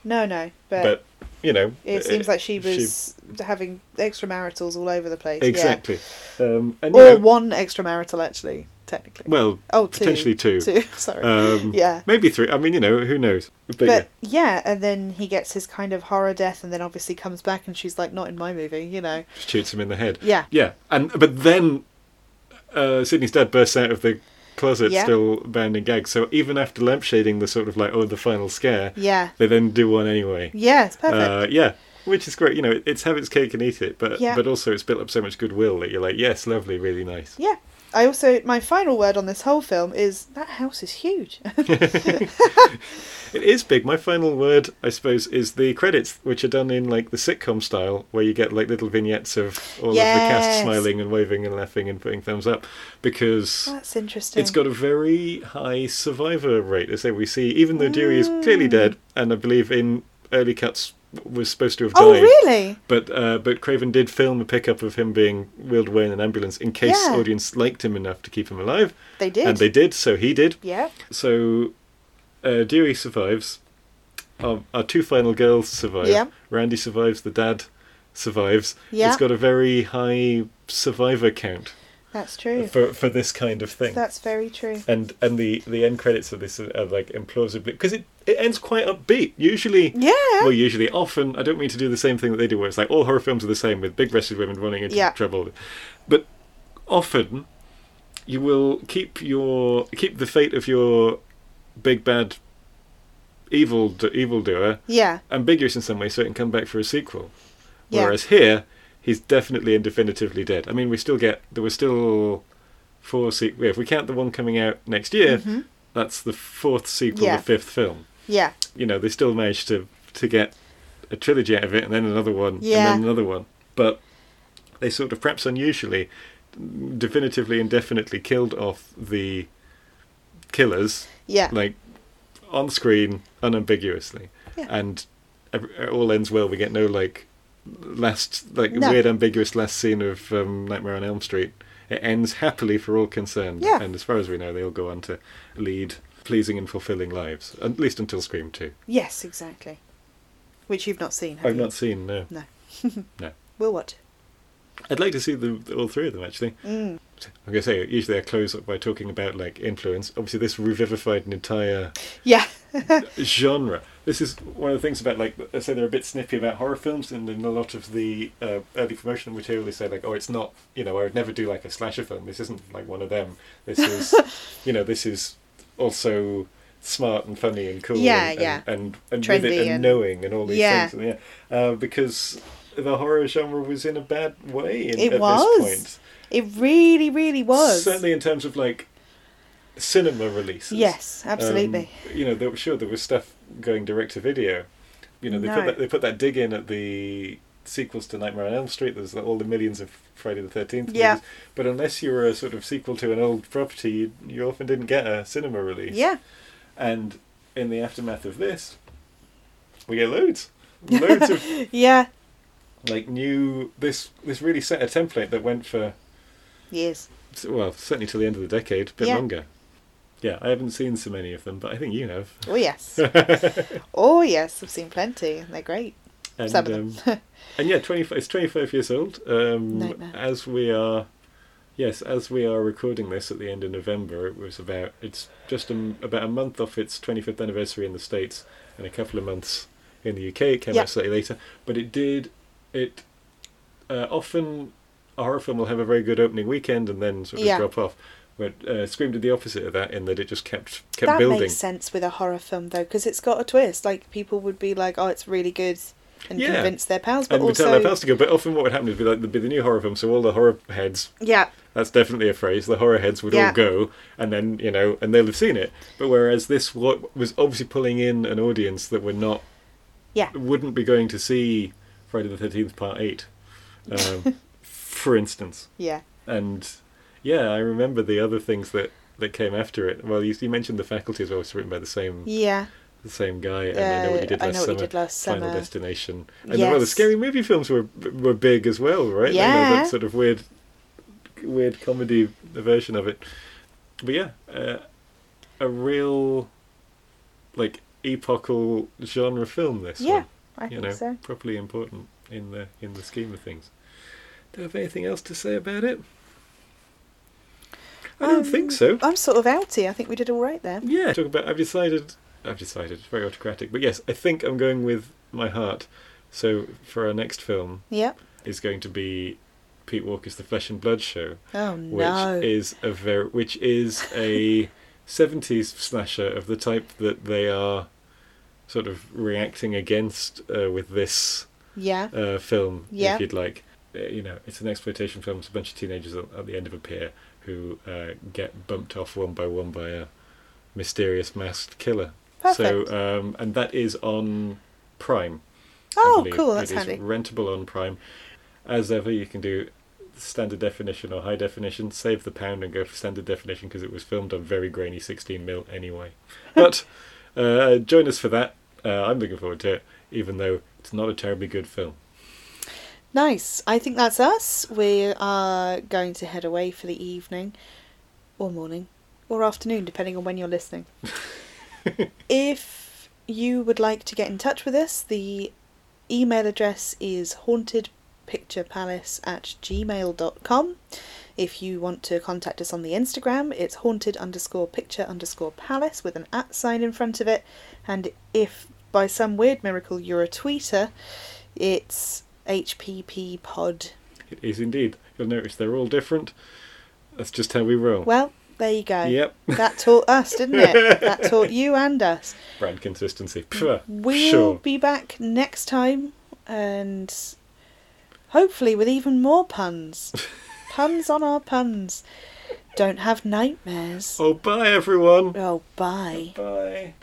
S1: No, no.
S2: but you know, eh,
S1: It seems like she was having extramaritals all over the place. yeah.
S2: exactly. Um, and, you
S1: Or
S2: know,
S1: one extramarital, actually, technically.
S2: well,
S1: oh, two.
S2: potentially two.
S1: Two, sorry.
S2: Um,
S1: yeah.
S2: Maybe three. I mean, you know, who knows? But, yeah.
S1: But yeah. and then he gets his kind of horror death, and then obviously comes back, and she's like, "Not in my movie," you know.
S2: shoots him in the head.
S1: Yeah.
S2: Yeah, and but then uh, Sydney's dad bursts out of the closet,
S1: Yeah.
S2: still bound in gags. So even after lampshading the sort of like oh the final scare,
S1: Yeah,
S2: they then do one anyway.
S1: yeah, it's perfect.
S2: Uh, yeah, which is great. You know, it- it's have its cake and eat it, but
S1: Yeah.
S2: but also it's built up so much goodwill that you're like, yes, lovely, really nice.
S1: yeah, I also my final word on this whole film is that house is huge.
S2: It is big. My final word, I suppose, is the credits, which are done in like the sitcom style, where you get like little vignettes of all of the cast
S1: Yes.
S2: smiling and waving and laughing and putting thumbs up, because.
S1: That's interesting.
S2: It's got a very high survivor rate. As I say, we see, even though Dewey is
S1: Mm.
S2: clearly dead, and I believe in early cuts was supposed to have died.
S1: oh really?
S2: But uh, but Craven did film a pickup of him being wheeled away in an ambulance in case
S1: Yeah.
S2: audience liked him enough to keep him alive,
S1: They did.
S2: and they did. So he did.
S1: yeah.
S2: So uh, Dewey survives. Our, our two final girls survive.
S1: Yeah.
S2: Randy survives. The dad survives.
S1: Yeah.
S2: It's got a very high survivor count
S1: That's true.
S2: for for this kind of thing
S1: That's very true.
S2: and and the the end credits of this are, are like implausibly because it it ends quite upbeat usually
S1: Yeah.
S2: well usually often i don't mean to do the same thing that they do where it's like all horror films are the same with big breasted women running into
S1: Yeah.
S2: trouble but often you will keep your keep the fate of your big bad evil evil doer
S1: yeah.
S2: ambiguous in some way so it can come back for a sequel
S1: Yeah.
S2: whereas here he's definitely and definitively dead i mean we still get there were still four sequels if we count the one coming out next year
S1: Mhm.
S2: that's the fourth sequel
S1: Yeah.
S2: the fifth film
S1: Yeah.
S2: you know they still managed to to get a trilogy out of it and then another one
S1: Yeah.
S2: and then another one but they sort of perhaps unusually definitively and definitely killed off the killers
S1: Yeah.
S2: like on screen unambiguously
S1: Yeah.
S2: and ev- it all ends well we get no like last like
S1: No.
S2: weird ambiguous last scene of um, nightmare on elm street it ends happily for all concerned
S1: Yeah.
S2: and as far as we know they all go on to lead pleasing and fulfilling lives at least until scream 2
S1: yes, exactly. Which you've not seen. Have
S2: i've
S1: you?
S2: not seen no
S1: No.
S2: no
S1: Will what?
S2: i'd like to see them all three of them actually
S1: Mm.
S2: i'm going to say usually i close up by talking about like influence obviously this revivified an entire
S1: Yeah.
S2: genre. This is one of the things about like I say they're a bit snippy about horror films, and in a lot of the uh, early promotional material they say like, oh, it's not you know I would never do like a slasher film. This isn't like one of them. This is you know this is also smart and funny and cool.
S1: Yeah,
S2: and,
S1: yeah.
S2: And and, and with
S1: Trendy
S2: it and,
S1: and-
S2: knowing and all these
S1: Yeah.
S2: things. And, yeah, uh, because the horror genre was in a bad way in,
S1: It
S2: at
S1: was.
S2: this point.
S1: It really, really was.
S2: Certainly in terms of like cinema releases.
S1: Yes, absolutely.
S2: Um, you know, they were sure there was stuff going direct to video. You know, they
S1: No.
S2: put that they put that dig in at the sequels to Nightmare on Elm Street. There's all the millions of Friday the Thirteenth.
S1: Yeah.
S2: But unless you were a sort of sequel to an old property, you, you often didn't get a cinema release.
S1: yeah.
S2: And in the aftermath of this, we get loads, loads of
S1: Yeah.
S2: like new. This this really set a template that went for
S1: Yes.
S2: S- well, certainly till the end of the decade, a bit
S1: Yeah.
S2: longer. Yeah, I haven't seen so many of them, but I think you have.
S1: Oh yes. oh yes. I've seen plenty. They're great.
S2: And,
S1: Some of
S2: um, and yeah, twenty. It's twenty-five years old. Um,
S1: Nightmare.
S2: as we are, yes, as we are recording this at the end of November, it was about. It's just um, about a month off its twenty-fifth anniversary in the states, and a couple of months in the UK. It came
S1: Yeah.
S2: out slightly later, but it did. It uh, often a horror film will have a very good opening weekend and then sort of
S1: Yeah.
S2: drop off. But uh, Scream did the opposite of that in that it just kept kept
S1: that
S2: building.
S1: makes sense with a horror film though, because it's got a twist. Like people would be like, "Oh, it's really good," and
S2: Yeah.
S1: convince their pals, but
S2: and we tell
S1: also,
S2: their pals to go. But often what would happen is be like there'd be the new horror film, so all the horror heads
S1: yeah,
S2: that's definitely a phrase. The horror heads would
S1: Yeah.
S2: all go, and then you know, and they'll have seen it. But whereas this what was obviously pulling in an audience that would not,
S1: Yeah.
S2: wouldn't be going to see Friday the Thirteenth Part Eight, um, for instance.
S1: yeah,
S2: And yeah, I remember the other things that that came after it. Well, you, you mentioned the faculty as well. It's written by the same
S1: yeah,
S2: the same guy. And I know what you did
S1: Uh, I
S2: last
S1: Know What You
S2: summer.
S1: Did Last
S2: Final
S1: Summer.
S2: Destination. And the, well, the
S1: Yes.
S2: scary movie films were were big as well, right? You know,
S1: Yeah.
S2: that sort of weird, weird comedy version of it. But yeah, uh, a real, like epochal genre film. This
S1: yeah.
S2: one,
S1: I
S2: you
S1: think
S2: know,
S1: so.
S2: properly important. in the in the scheme of things. Do I have anything else to say about it? I don't
S1: Um,
S2: think so.
S1: I'm sort of outy. I think we did all right there.
S2: Yeah, talk about. I've decided. I've decided. It's very autocratic, but yes, I think I'm going with my heart. So for our next film
S1: Yep.
S2: is going to be Pete Walker's The Flesh and Blood Show,
S1: Oh
S2: which
S1: no.
S2: is a very, which is a 70s slasher of the type that they are sort of reacting against uh, with this
S1: yeah.
S2: uh, film,
S1: Yeah.
S2: if you'd like. Uh, you know, it's an exploitation film. It's a bunch of teenagers at, at the end of a pier who uh, get bumped off one by one by a mysterious masked killer.
S1: Perfect.
S2: So, um, and that is on Prime. I
S1: oh,
S2: believe.
S1: cool. That's
S2: It is
S1: handy.
S2: rentable on Prime. As ever, you can do standard definition or high definition. Save the pound and go for standard definition because it was filmed on very grainy 16 mil anyway. But uh, join us for that. Uh, I'm looking forward to it, even though it's not a terribly good film.
S1: Nice. I think that's us. We are going to head away for the evening or morning or afternoon, depending on when you're listening. if you would like to get in touch with us, the email address is hauntedpicturepalace at gmail.com. If you want to contact us on the Instagram, it's haunted underscore picture underscore palace with an at sign in front of it. And if by some weird miracle you're a tweeter, it's HPP pod.
S2: It is indeed. You'll notice they're all different. That's just how we roll.
S1: Well, there you go.
S2: Yep.
S1: That taught us, didn't it? That taught you and us.
S2: Brand consistency. Pfft,
S1: We'll
S2: sure.
S1: be back next time and hopefully with even more puns. puns on our puns. Don't have nightmares.
S2: Oh, bye, everyone.
S1: Oh, bye.
S2: Bye.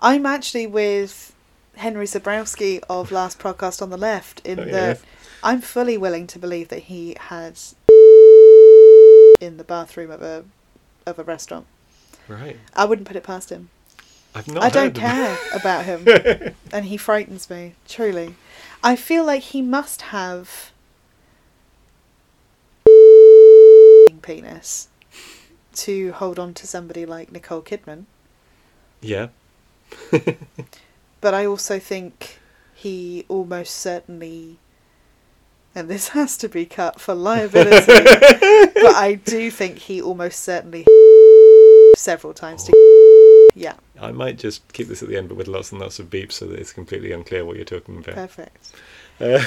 S1: I'm actually with Henry Zabrowski of Last Podcast on the Left in
S2: Oh,
S1: the
S2: yeah.
S1: I'm fully willing to believe that he has in the bathroom of a of a restaurant.
S2: Right.
S1: I wouldn't put it past him.
S2: I've not
S1: I don't
S2: heard
S1: care about him.
S2: them.
S1: and he frightens me truly i feel like he must have penis to hold on to somebody like nicole kidman
S2: yeah.
S1: but i also think he almost certainly and this has to be cut for liability but i do think he almost certainly several times to yeah
S2: I might just keep this at the end, but with lots and lots of beeps so that it's completely unclear what you're talking about.
S1: perfect
S2: Uh,